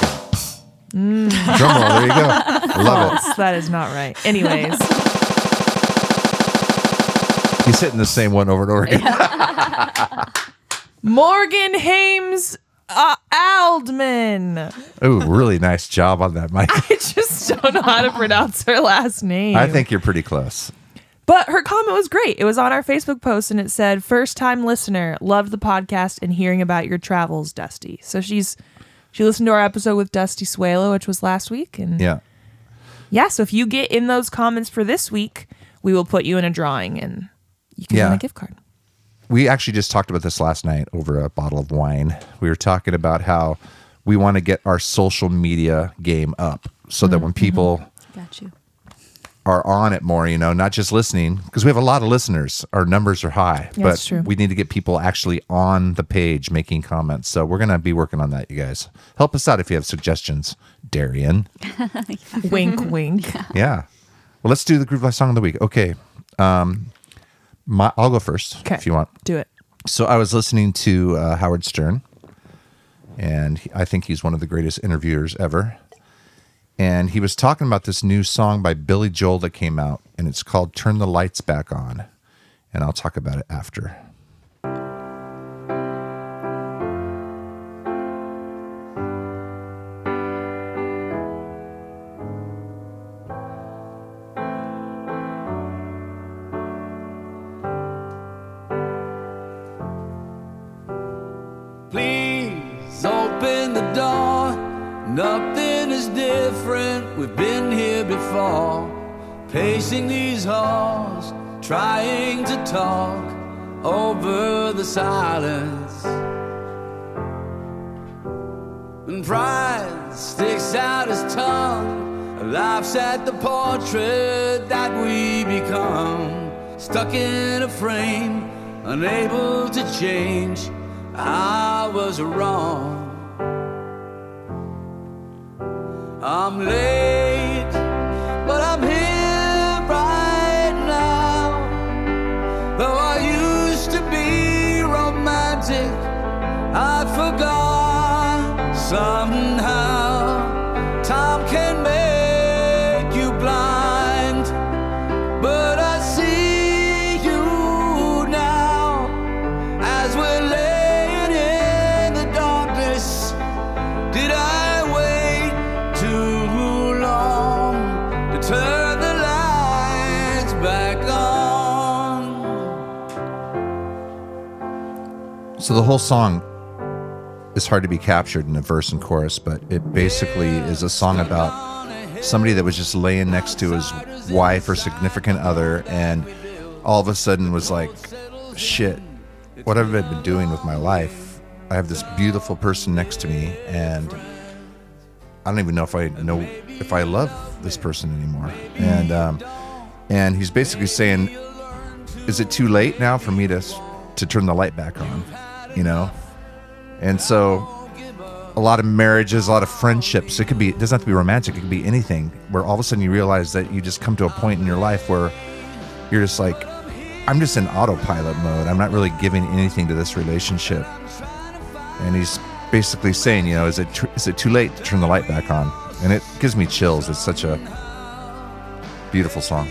A: Drum roll. There you go. I love it.
B: That is not right. Anyways,
A: He's hitting the same one over and over again.
B: Morgan Hames uh, Aldman.
A: Ooh, really nice job on that, Mike.
B: I just don't know how to pronounce her last name.
A: I think you're pretty close.
B: But her comment was great. It was on our Facebook post and it said, First time listener, loved the podcast and hearing about your travels, Dusty. So she's she listened to our episode with Dusty Suelo, which was last week. And
A: Yeah.
B: yeah, so if you get in those comments for this week, we will put you in a drawing and you can
A: Yeah.
B: win a gift card.
A: We actually just talked about this last night over a bottle of wine. We were talking about how we want to get our social media game up so that when
B: Mm-hmm.
A: people
H: Got you.
A: are on it more, you know, not just listening, because we have a lot of listeners. Our numbers are high,
B: Yeah,
A: but
B: that's true.
A: we need to get people actually on the page making comments. So we're going to be working on that, you guys. Help us out if you have suggestions, Darian.
B: wink, wink.
A: Yeah. Well, let's do the group life song of the week. Okay. Um, my, I'll go first
B: Okay.
A: if you want.
B: Do it.
A: So I was listening to uh, Howard Stern, and he, I think he's one of the greatest interviewers ever. And he was talking about this new song by Billy Joel that came out, and it's called "Turn the Lights Back On," and I'll talk about it after.
J: Nothing is different, we've been here before. Pacing these halls, trying to talk over the silence. And pride sticks out his tongue, laughs at the portrait that we become. Stuck in a frame, unable to change. I was wrong. I'm late, but I'm here right now. Though I used to be romantic, I forgot somehow. Time can make you blind, but I see you now as we're laying in the darkness. Did I wait too long to turn the lights back on?
A: So the whole song is hard to be captured in a verse and chorus, but it basically is a song about somebody that was just laying next to his wife or significant other and all of a sudden was like, shit, what have I been doing with my life? I have this beautiful person next to me and I don't even know if I know if I love this person anymore. And um, and he's basically saying, is it too late now for me to to turn the light back on you know and so a lot of marriages a lot of friendships it could be it doesn't have to be romantic it could be anything where all of a sudden you realize that you just come to a point in your life where you're just like i'm just in autopilot mode i'm not really giving anything to this relationship and he's basically saying you know is it tr- is it too late to turn the light back on and it gives me chills it's such a beautiful song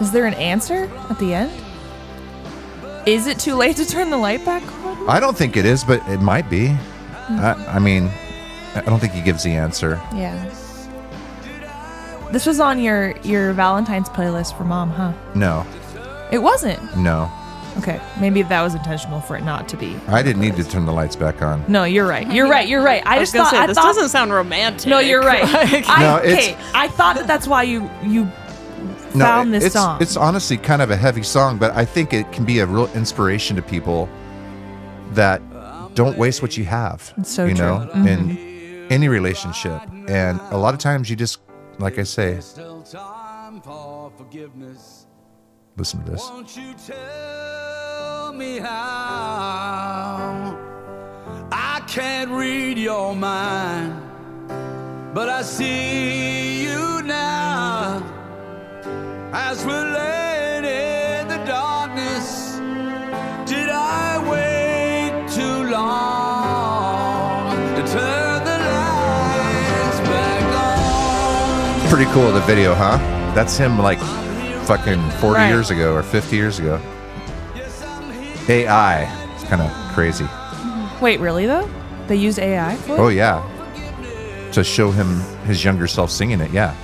B: Is there an answer at the end? Is it too late to turn the light back on?
A: I don't think it is, but it might be. I, I mean, I don't think he gives the answer.
B: Yeah. This was on your your Valentine's playlist for mom, huh?
A: No,
B: It wasn't.
A: no.
B: Okay, maybe that was intentional for it not to be.
A: I didn't need to turn the lights back on.
B: No, you're right. You're right. You're right. I,
G: I was
B: just
G: gonna
B: thought
G: say
B: I
G: this
B: thought
G: doesn't sound romantic.
B: No, you're right. I,
A: No, it's-
B: okay, I thought that that's why you you
A: No,
B: found
A: it-
B: this
A: it's,
B: song.
A: It's honestly kind of a heavy song, but I think it can be a real inspiration to people that don't waste what you have.
B: It's so
A: you know,
B: true. Mm-hmm.
A: in any relationship, and a lot of times you just, like I say,
J: Still time for forgiveness.
A: listen to this.
J: Won't you tell me how? I can't read your mind, but I see you now. As we're laying in the darkness, did I wait too long to turn the lights back on?
A: Pretty cool the video, huh? That's him like fucking 40
B: Right.
A: years ago or 50 years ago. AI. It's kind of crazy.
B: Wait, really though? They used AI for it?
A: Oh yeah. To show him his younger self singing it, yeah.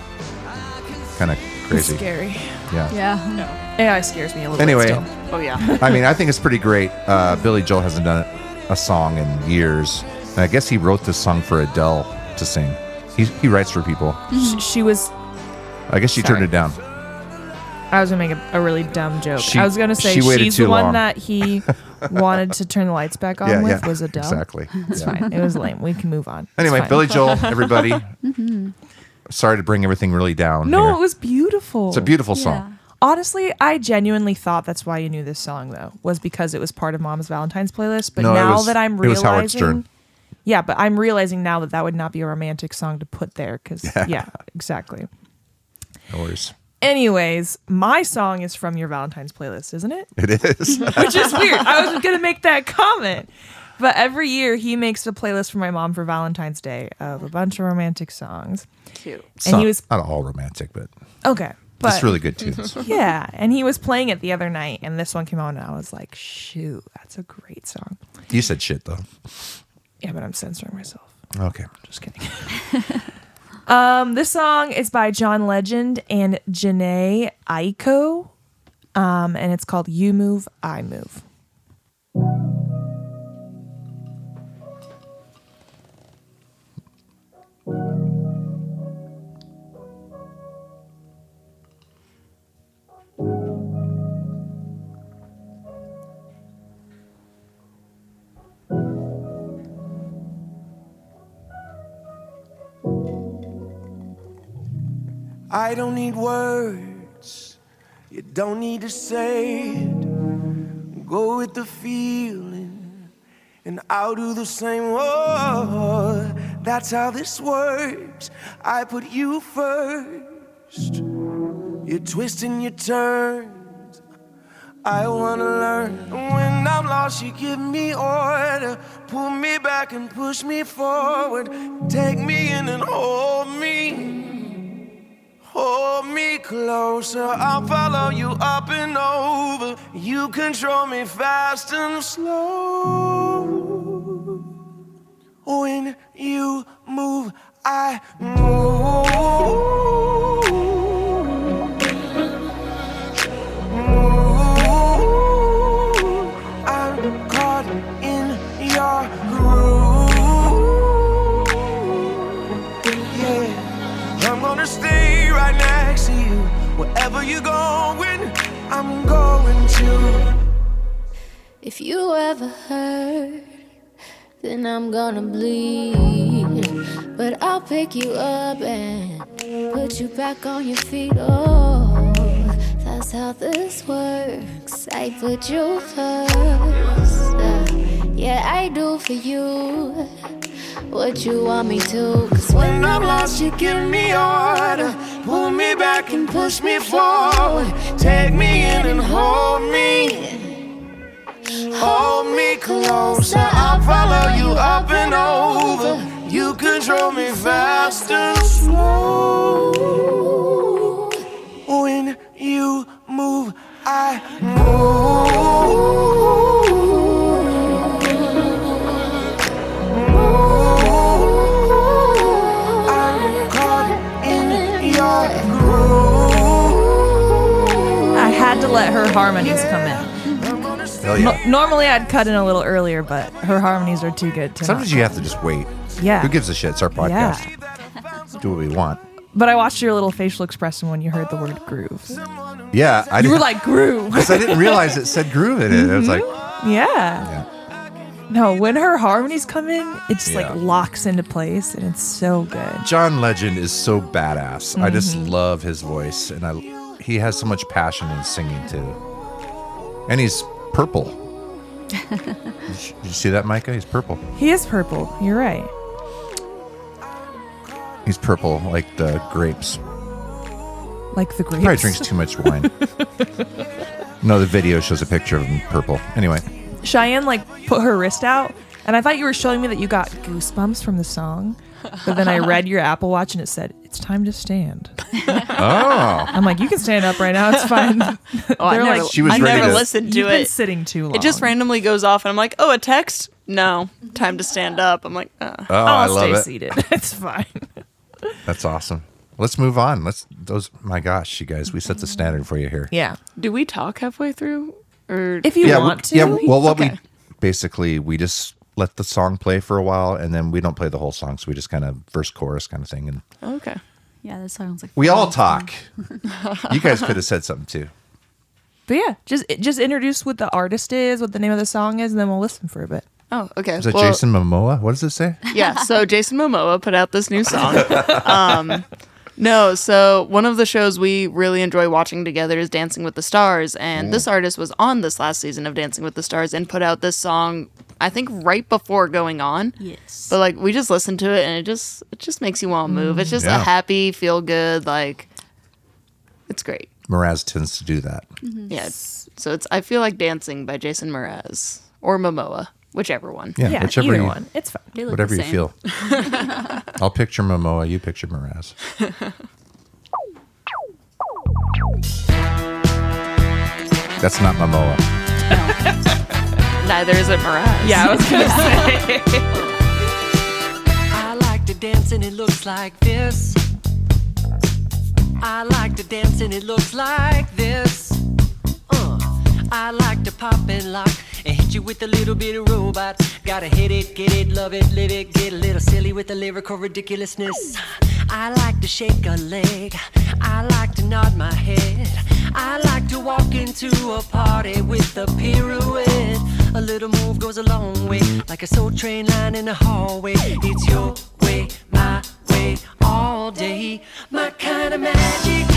A: Kind of crazy.
B: Scary.
A: Yeah.
H: Yeah.
B: AI scares me a little.
A: Anyway,
B: bit still.
G: Oh yeah.
A: I mean, I think it's pretty great. Uh, Billy Joel hasn't done a song in years. And I guess he wrote this song for Adele to sing. He, he writes for people.
B: Sh- she was.
A: I guess she turned it down.
B: I was gonna make a, a really dumb joke.
A: She-
B: I was gonna say
A: she waited
B: she's
A: too
B: the one
A: long.
B: that he wanted to turn the lights back on with was Adele.
A: Exactly.
B: It's
A: Yeah.
B: fine. It was lame. We can move on. It's
A: Anyway,
B: fine. Mm-hmm.
A: Billy Joel, everybody. Sorry to bring everything really down.
B: No,
A: here.
B: it was beautiful.
A: it's a beautiful song.
B: Honestly, I genuinely thought that's why you knew this song though, was because it was part of Mom's Valentine's playlist. But
A: No, it
B: now
A: was-
B: that I'm
A: it
B: realizing,
A: was Howard Stern.
B: yeah, but I'm realizing now that that would not be a romantic song to put there because yeah, exactly.
A: No worries.
B: Anyways, my song is from your Valentine's playlist, isn't it?
A: It is.
B: Which is weird. I was gonna make that comment. But every year he makes a playlist for my mom for Valentine's Day of a bunch of romantic songs.
G: Cute.
A: It's not,
B: he was-
A: not all romantic, but
B: Okay. But
A: it's really good tunes.
B: yeah, and he was playing it the other night, and this one came on, and I was like, "Shoot, that's a great song."
A: you said shit though.
B: Yeah, but I'm censoring myself.
A: Okay.
B: Just kidding. um, this song is by John Legend and Janae Aiko, um, and it's called "You Move, I Move."
J: I don't need words, you don't need to say it. Go with the feeling, and I'll do the same. Oh, that's how this works. I put you first, you twist and you turn. I wanna learn. When I'm lost, you give me order. Pull me back and push me forward. Take me in and hold me. Hold me closer. I'll follow you up and over. You control me fast and slow. When you move, I move. I'm caught in your groove. Yeah, I'm gonna stay right next to you. Wherever you're going, I'm going to.
K: If you ever hurt, then I'm gonna bleed. But I'll pick you up and put you back on your feet. Oh, that's how this works. I put you first. Uh, yeah, I do for you what you want me to. Cause when I'm lost, you give me order. Pull me back and push me forward.
J: Take me in and hold me. Hold me closer. I'll follow you up and over. You control me fast and slow. When you move, I move. Move. I'm caught in your groove.
B: I had to let her harmonies come in.
A: Hell yeah.
B: No- normally I'd cut in a little earlier, but her harmonies are too good to.
A: Sometimes
B: not-
A: you have to just wait.
B: Yeah.
A: Who gives a shit? It's our podcast.
B: Yeah.
A: Do what we want.
B: But I watched your little facial expression when you heard the word groove.
A: Yeah. I
B: You were
A: didn't-
B: like Mm-hmm. groove.
A: 'Cause I didn't realize it said groove in it. It was like,
B: Yeah. No, when her harmonies come in, it just
A: Yeah.
B: like locks into place and it's so good.
A: John Legend is so badass. I just
B: Mm-hmm.
A: love his voice, and I he has so much passion in singing too. And he's purple. Did you see that, Micah? He's purple.
B: He is purple. You're right.
A: He's purple like the grapes.
B: Like the grapes.
A: Probably drinks too much wine. no, the video shows a picture of him purple. Anyway,
B: Cheyenne like put her wrist out, and I thought you were showing me that you got goosebumps from the song. But then I read your Apple Watch and it said, It's time to stand.
A: Oh.
B: I'm like, You can stand up right now. It's fine.
G: Oh, I
B: They're
G: never,
B: like,
A: She was
G: I
A: ready
G: never
A: to-
G: listened to
B: You've
G: it.
B: been sitting too long.
G: It just randomly goes off, and I'm like, oh, a text? No, time to stand up. I'm like, uh,
A: Oh, I
G: I'll
A: love
G: stay
A: it.
G: seated.
B: it's fine.
A: that's awesome. Let's move on. Let's those. My gosh, you guys, we set the standard for you here.
B: Yeah.
G: Do we talk halfway through? Or
B: If you
A: yeah,
B: want
A: we-
B: to.
A: Yeah, well, what
G: Okay.
A: we basically we just let the song play for a while, and then we don't play the whole song, so we just kind of verse chorus kind of thing, and
G: Okay.
H: Yeah, that sounds like
A: we all talk. you guys could have said something too.
B: But yeah, just just introduce what the artist is, what the name of the song is, and then we'll listen for a bit.
G: Oh, okay.
A: Is it
G: well-
A: Jason Momoa? What does it say?
G: yeah, so Jason Momoa put out this new song. Um, no, so one of the shows we really enjoy watching together is Dancing with the Stars, and this artist was on this last season of Dancing with the Stars and put out this song, I think, right before going on.
H: Yes.
G: But like, we just listened to it, and it just it just makes you want to move. It's just
A: Mm, Yeah.
G: a happy, feel good, like it's great.
A: Mraz tends to do that.
G: Yeah. So it's I feel like dancing by Jason Mraz or Momoa, whichever one.
A: Yeah, whichever
B: either
A: you-
B: one. It's fine.
H: They look
A: Whatever
H: the
A: you
H: same.
A: feel. I'll picture Momoa. You picture Mraz. That's not Momoa.
G: Neither is it Mraz.
B: Yeah, I was gonna say.
L: I like to dance and it looks like this. I like to dance and it looks like this. Uh, I like to pop and lock and hit you with a little bit of robot. Gotta hit it, get it, love it, live it, get a little silly with the lyrical ridiculousness. I like to shake a leg. I like to nod my head. I like to walk into a party with a pirouette. A little move goes a long way, like a soul train line in a hallway. It's your way, my way.
J: away all day. My kind of magic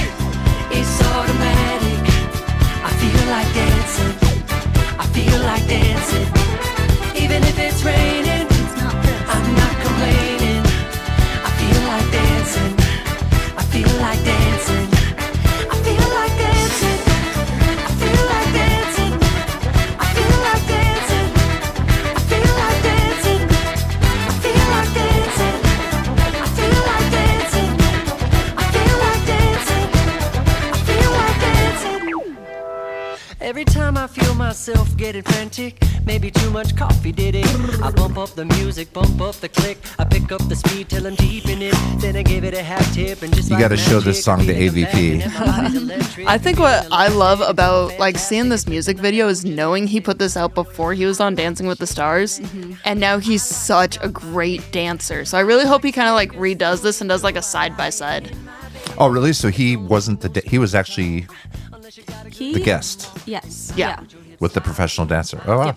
J: is automatic. I feel like dancing. I feel like dancing. Even if it's raining, I'm not complaining. I feel like dancing. I feel like dancing. I feel like dancing. I feel like dancing. I feel like dancing. I feel like dancing. I feel like dancing. I feel like dancing. I feel like dancing. I feel like dancing. Every time I feel myself getting frantic, maybe too much coffee did it. I bump up the music, bump up the click. I pick up the speed till I'm deep in it. Then I give it a half tip and just
A: You
J: like
A: got to show this
J: magic,
A: song to
J: feeling
A: AVP.
G: I think what I love about like seeing this music video is knowing he put this out before he was on Dancing with the Stars, and now he's such a great dancer. So I really hope he kind of like redoes this and does like a side by side.
A: Oh, really? So he wasn't the da- he was actually
H: He,
A: the guest
H: Yes.
G: Yeah.
A: with the professional dancer. Oh, wow.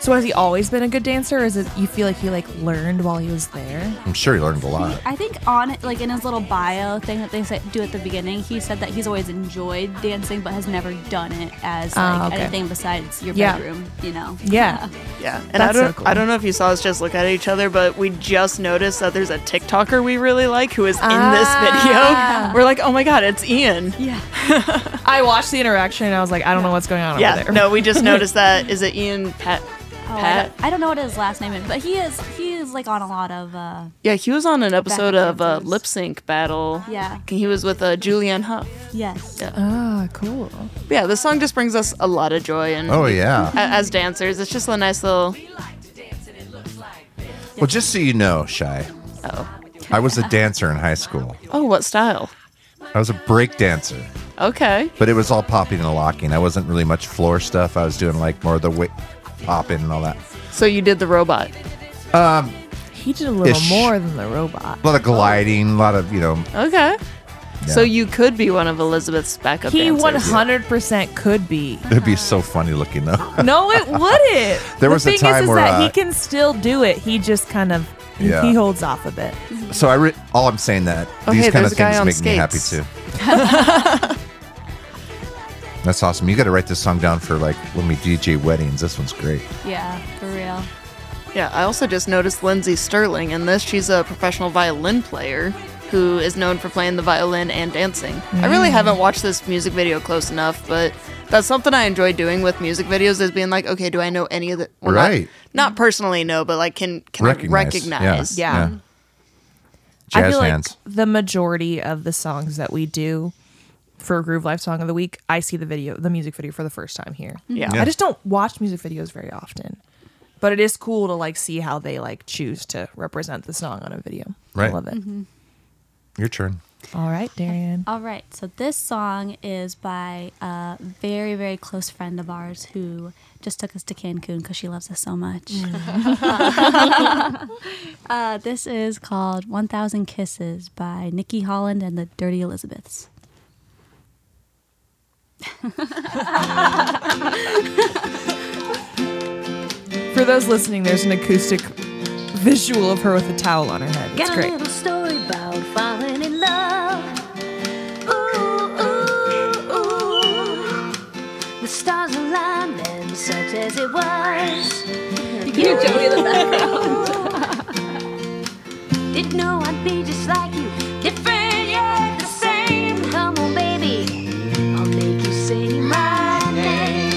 B: So has he always been a good dancer? Or is it you feel like he like learned while he was there?
A: I'm sure he learned a lot.
H: I think on it, like in his little bio thing that they say, do at the beginning, he said that he's always enjoyed dancing but has never done it as like
B: Ah, okay.
H: anything besides your
B: Yeah.
H: bedroom, you know.
B: Yeah.
G: Yeah, and
B: That's
G: I
B: so
G: don't,
B: cool.
G: I don't know if you saw us just look at each other, but we just noticed that there's a TikToker we really like who is in this video. We're like, oh my god, it's Ian. Yeah,
B: I watched the interaction and I was like, I don't know what's going on
G: yeah.
B: over there.
G: No, we just noticed that. Is it Ian Pat?
H: Oh, I,
G: Pat?
H: don't, I don't know what his last name is, but he is he is like on a lot of uh
G: Yeah, he was on an episode of uh, Lip Sync Battle.
H: Yeah.
G: He was with uh, Julianne Hough.
H: yes.
B: Ah, cool.
G: But yeah, this song just brings us a lot of joy. and
A: Oh, yeah.
G: a- As dancers, it's just a nice little.
A: Well, just so you know, Shy,
G: Oh.
A: I was a dancer in high school.
G: Oh, what style?
A: I was a break dancer,
G: Okay.
A: but it was all popping and locking. I wasn't really much floor stuff. I was doing like more of the weight popping and all that.
G: So you did the robot.
A: Um,
B: He did a little
A: Ish.
B: more than the robot.
A: a lot of gliding, a lot of, you know,
G: Okay.
A: Yeah.
G: So you could be one of Elizabeth's backup
B: He
G: dancers.
B: one hundred percent could be.
A: it'd be so funny looking though.
B: No, it wouldn't.
A: There was a
B: the thing
A: time
B: is, is
A: where,
B: that
A: uh,
B: he can still do it. He just kind of
A: Yeah.
B: he holds off a bit.
A: So I re- all I'm saying that
G: Oh,
A: these
G: hey,
A: kind of
G: there's a guy
A: things
G: on
A: make me happy
G: skates.
A: too. That's awesome. You got to write this song down for like when we DJ weddings. This one's great.
H: Yeah, for real.
G: Yeah, I also just noticed Lindsay Sterling in this. She's a professional violin player who is known for playing the violin and dancing. I really
A: Mm.
G: haven't watched this music video close enough, but that's something I enjoy doing with music videos is being like, okay, do I know any of the well, not-
A: Right.
G: Not, personally no, but like can can I
A: Recognize. Yeah.
G: recognize?
B: Yeah. I
A: Jazz
B: feel
A: hands.
B: like the majority of the songs that we do for Groove Life Song of the Week, I see the video, the music video for the first time here.
G: Yeah. Yeah.
B: I just don't watch music videos very often, but it is cool to like see how they like choose to represent the song on a video.
A: Right.
B: I love it.
A: Your turn.
B: All right, Darian.
H: All right, so this song is by a very, very close friend of ours who just took us to Cancun because she loves us so much. uh, this is called 1000 Kisses by Nikki Holland and the Dirty Elizabeths.
B: For those listening, there's an acoustic visual of her with a towel on her head. It's
M: Got a
B: great.
M: little story about falling in love. Ooh, ooh, ooh. The stars aligned and such as it was. You hear Jody in the background. Didn't know I'd be just like you. Different yet the same. Come on, baby. I'll make you say my name.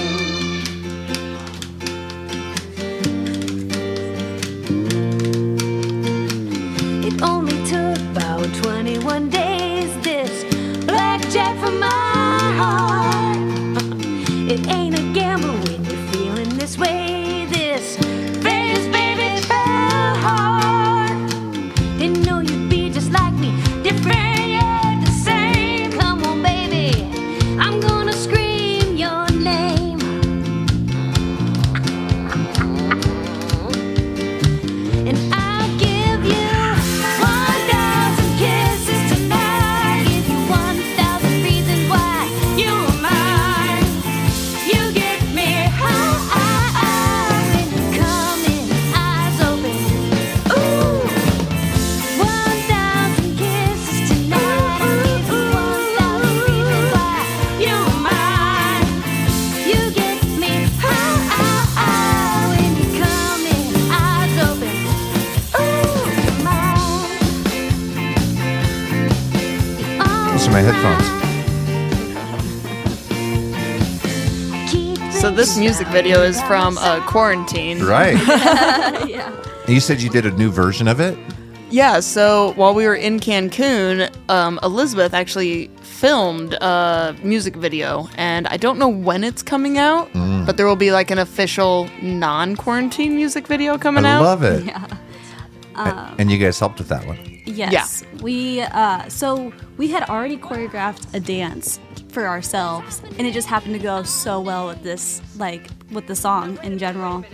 M: It only took about 21 days. This blackjack from my heart. It ain't a gamble when you're feeling this way. This face, baby, fell hard. Didn't know you'd be just like
A: my headphones.
G: So this music video is from uh, Quarantine.
A: Right.
G: yeah.
A: You said you did a new version of it?
G: Yeah, so while we were in Cancun, um, Elizabeth actually filmed a music video, and I don't know when it's coming out,
A: Mm.
G: but there will be like an official non quarantine music video coming
A: I
G: out.
A: love it.
H: Yeah.
A: A- and you guys helped with that one.
H: Yes. We uh so we had already choreographed a dance for ourselves and it just happened to go so well with this like with the song in general.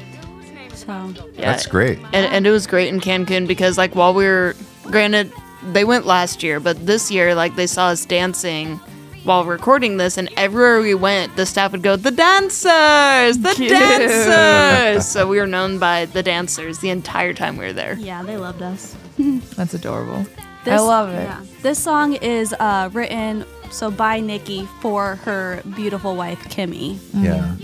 H: So
A: That's great.
G: And, and it was great in Cancun because, like, while we were, granted, they went last year, but this year, like, they saw us dancing while recording this, and everywhere we went, the staff would go, The dancers! The
H: Cute.
G: dancers! so we were known by the dancers the entire time we were there.
H: Yeah, they loved us.
B: That's adorable. I
H: This-
B: love it.
H: yeah. This song is uh, written so by Nikki for her beautiful wife Kimmy,
A: Yeah.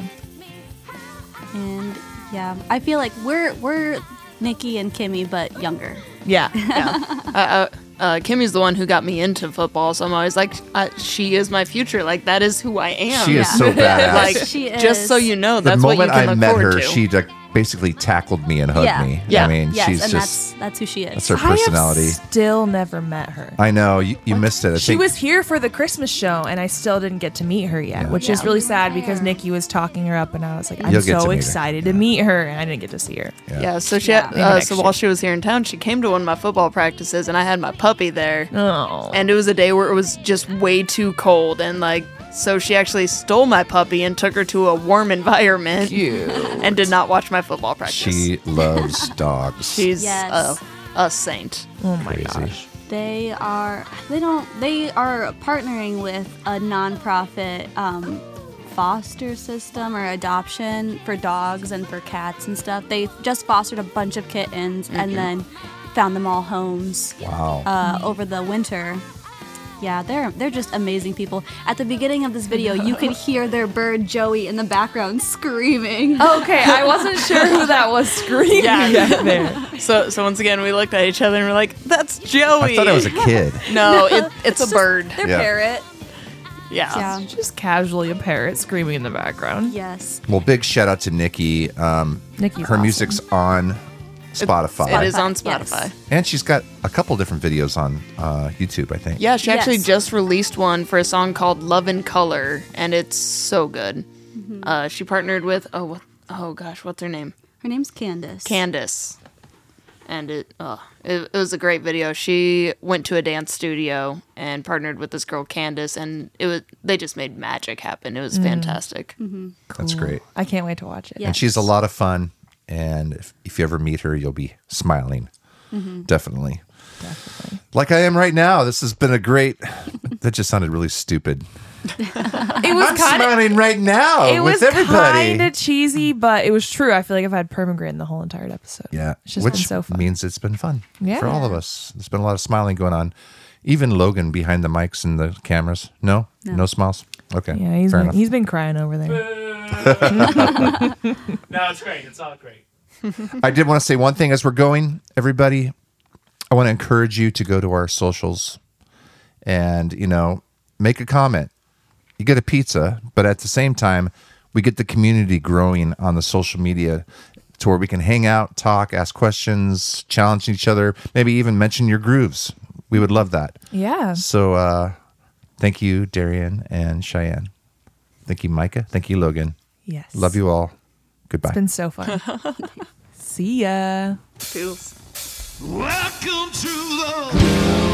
H: and yeah, I feel like we're we're Nikki and Kimmy, but younger.
G: Yeah. uh, uh, uh, Kimmy's the one who got me into football, so I'm always like, uh, she is my future. Like, that is who I am.
A: She is so badass.
G: like,
H: She
G: just so
H: is.
G: you know,
A: the
G: that's what you
A: moment
G: can
A: I
G: look
A: met
G: forward
A: her,
G: to.
A: she like, basically tackled me and hugged
H: yeah,
A: me.
H: yeah,
A: I mean,
H: yes,
A: she's
H: and
A: just.
H: that's that's who she is.
A: that's her personality.
B: Still never met her.
A: I know. You, you missed it. I
B: She
A: think
B: was here for the Christmas show, and I still didn't get to meet her yet,
A: Yeah.
B: which is
A: Yeah.
B: really sad because Nikki was talking her up, and I was like, I'm
A: You'll get to
B: so
A: meet her.
B: excited to meet her, and I didn't get to see her.
G: Yeah. so she
B: Maybe
G: Uh,
B: next
G: so
B: year.
G: while she was here in town, she came to one of my football practices, and I had my puppy there.
B: Oh.
G: And it was a day where it was just way too cold, and like, so she actually stole my puppy and took her to a warm environment,
A: Cute.
G: and did not watch my football practice.
A: she loves dogs.
G: She's
H: Yes.
G: a, a saint.
B: Oh my
A: gosh.
H: They are they don't they are partnering with a nonprofit um, foster system or adoption for dogs and for cats and stuff. They just fostered a bunch of kittens and
G: Mhm.
H: then found them all homes.
G: Wow.
H: Uh, over the winter. Yeah, they're they're just amazing people. At the beginning of this video, you could hear their bird Joey in the background screaming.
B: Okay, I wasn't sure who that was screaming.
G: Yeah. So, so once again, we looked at each other and we're like, "That's Joey."
A: I thought I was a kid.
G: No, it, it's, a bird.
A: their Yeah.
H: parrot.
G: Yeah.
B: Just casually a parrot screaming in the background.
H: Yes.
A: Well, big shout out to Nikki. Um,
B: Nikki's
A: her
B: awesome.
A: music's on Spotify.
G: It is on
H: Spotify, yes.
G: Spotify.
A: And she's got a couple different videos on uh, YouTube, I think.
G: Yeah, she actually
H: Yes.
G: just released one for a song called "Love in Color," and it's so good. Uh, she partnered with oh what oh gosh, what's her name?
H: Her name's Candace.
G: Candace, and it oh it, it was a great video. She went to a dance studio and partnered with this girl Candace, and it was they just made magic happen. It was
B: Mm.
G: fantastic.
A: That's great.
B: I can't wait to watch it.
A: And she's a lot of fun. And if, if you ever meet her, you'll be smiling.
B: Mhm.
A: Definitely. Like I am right now. This has been a great. that just sounded really stupid.
B: It was
A: I'm
B: kind of.
A: smiling right now
B: It
A: Oh, with
B: was
A: everybody.
B: kind of cheesy, but it was true. I feel like I've had permagrin the whole entire episode.
A: yeah,
B: It's just
A: which
B: been so fun.
A: means it's been fun
B: Yeah.
A: for all of us. There's been a lot of smiling going on. Even Logan behind the mics and the cameras. No, no,
B: No.
A: smiles. Okay,
B: Yeah, he's
A: fair
B: been,
A: enough.
B: he's been crying over there.
E: no, it's great. It's all great.
A: I did want to say one thing as we're going, everybody. I want to encourage you to go to our socials and, you know, make a comment. You get a pizza, but at the same time, we get the community growing on the social media to where we can hang out, talk, ask questions, challenge each other, maybe even mention your grooves. We would love that.
B: Yeah.
A: So uh, thank you, Darian and Cheyenne. Thank you, Micah. Thank you, Logan.
B: Yes.
A: Love you all. Goodbye.
B: It's been so fun. See ya.
G: Toodles.
N: Welcome to the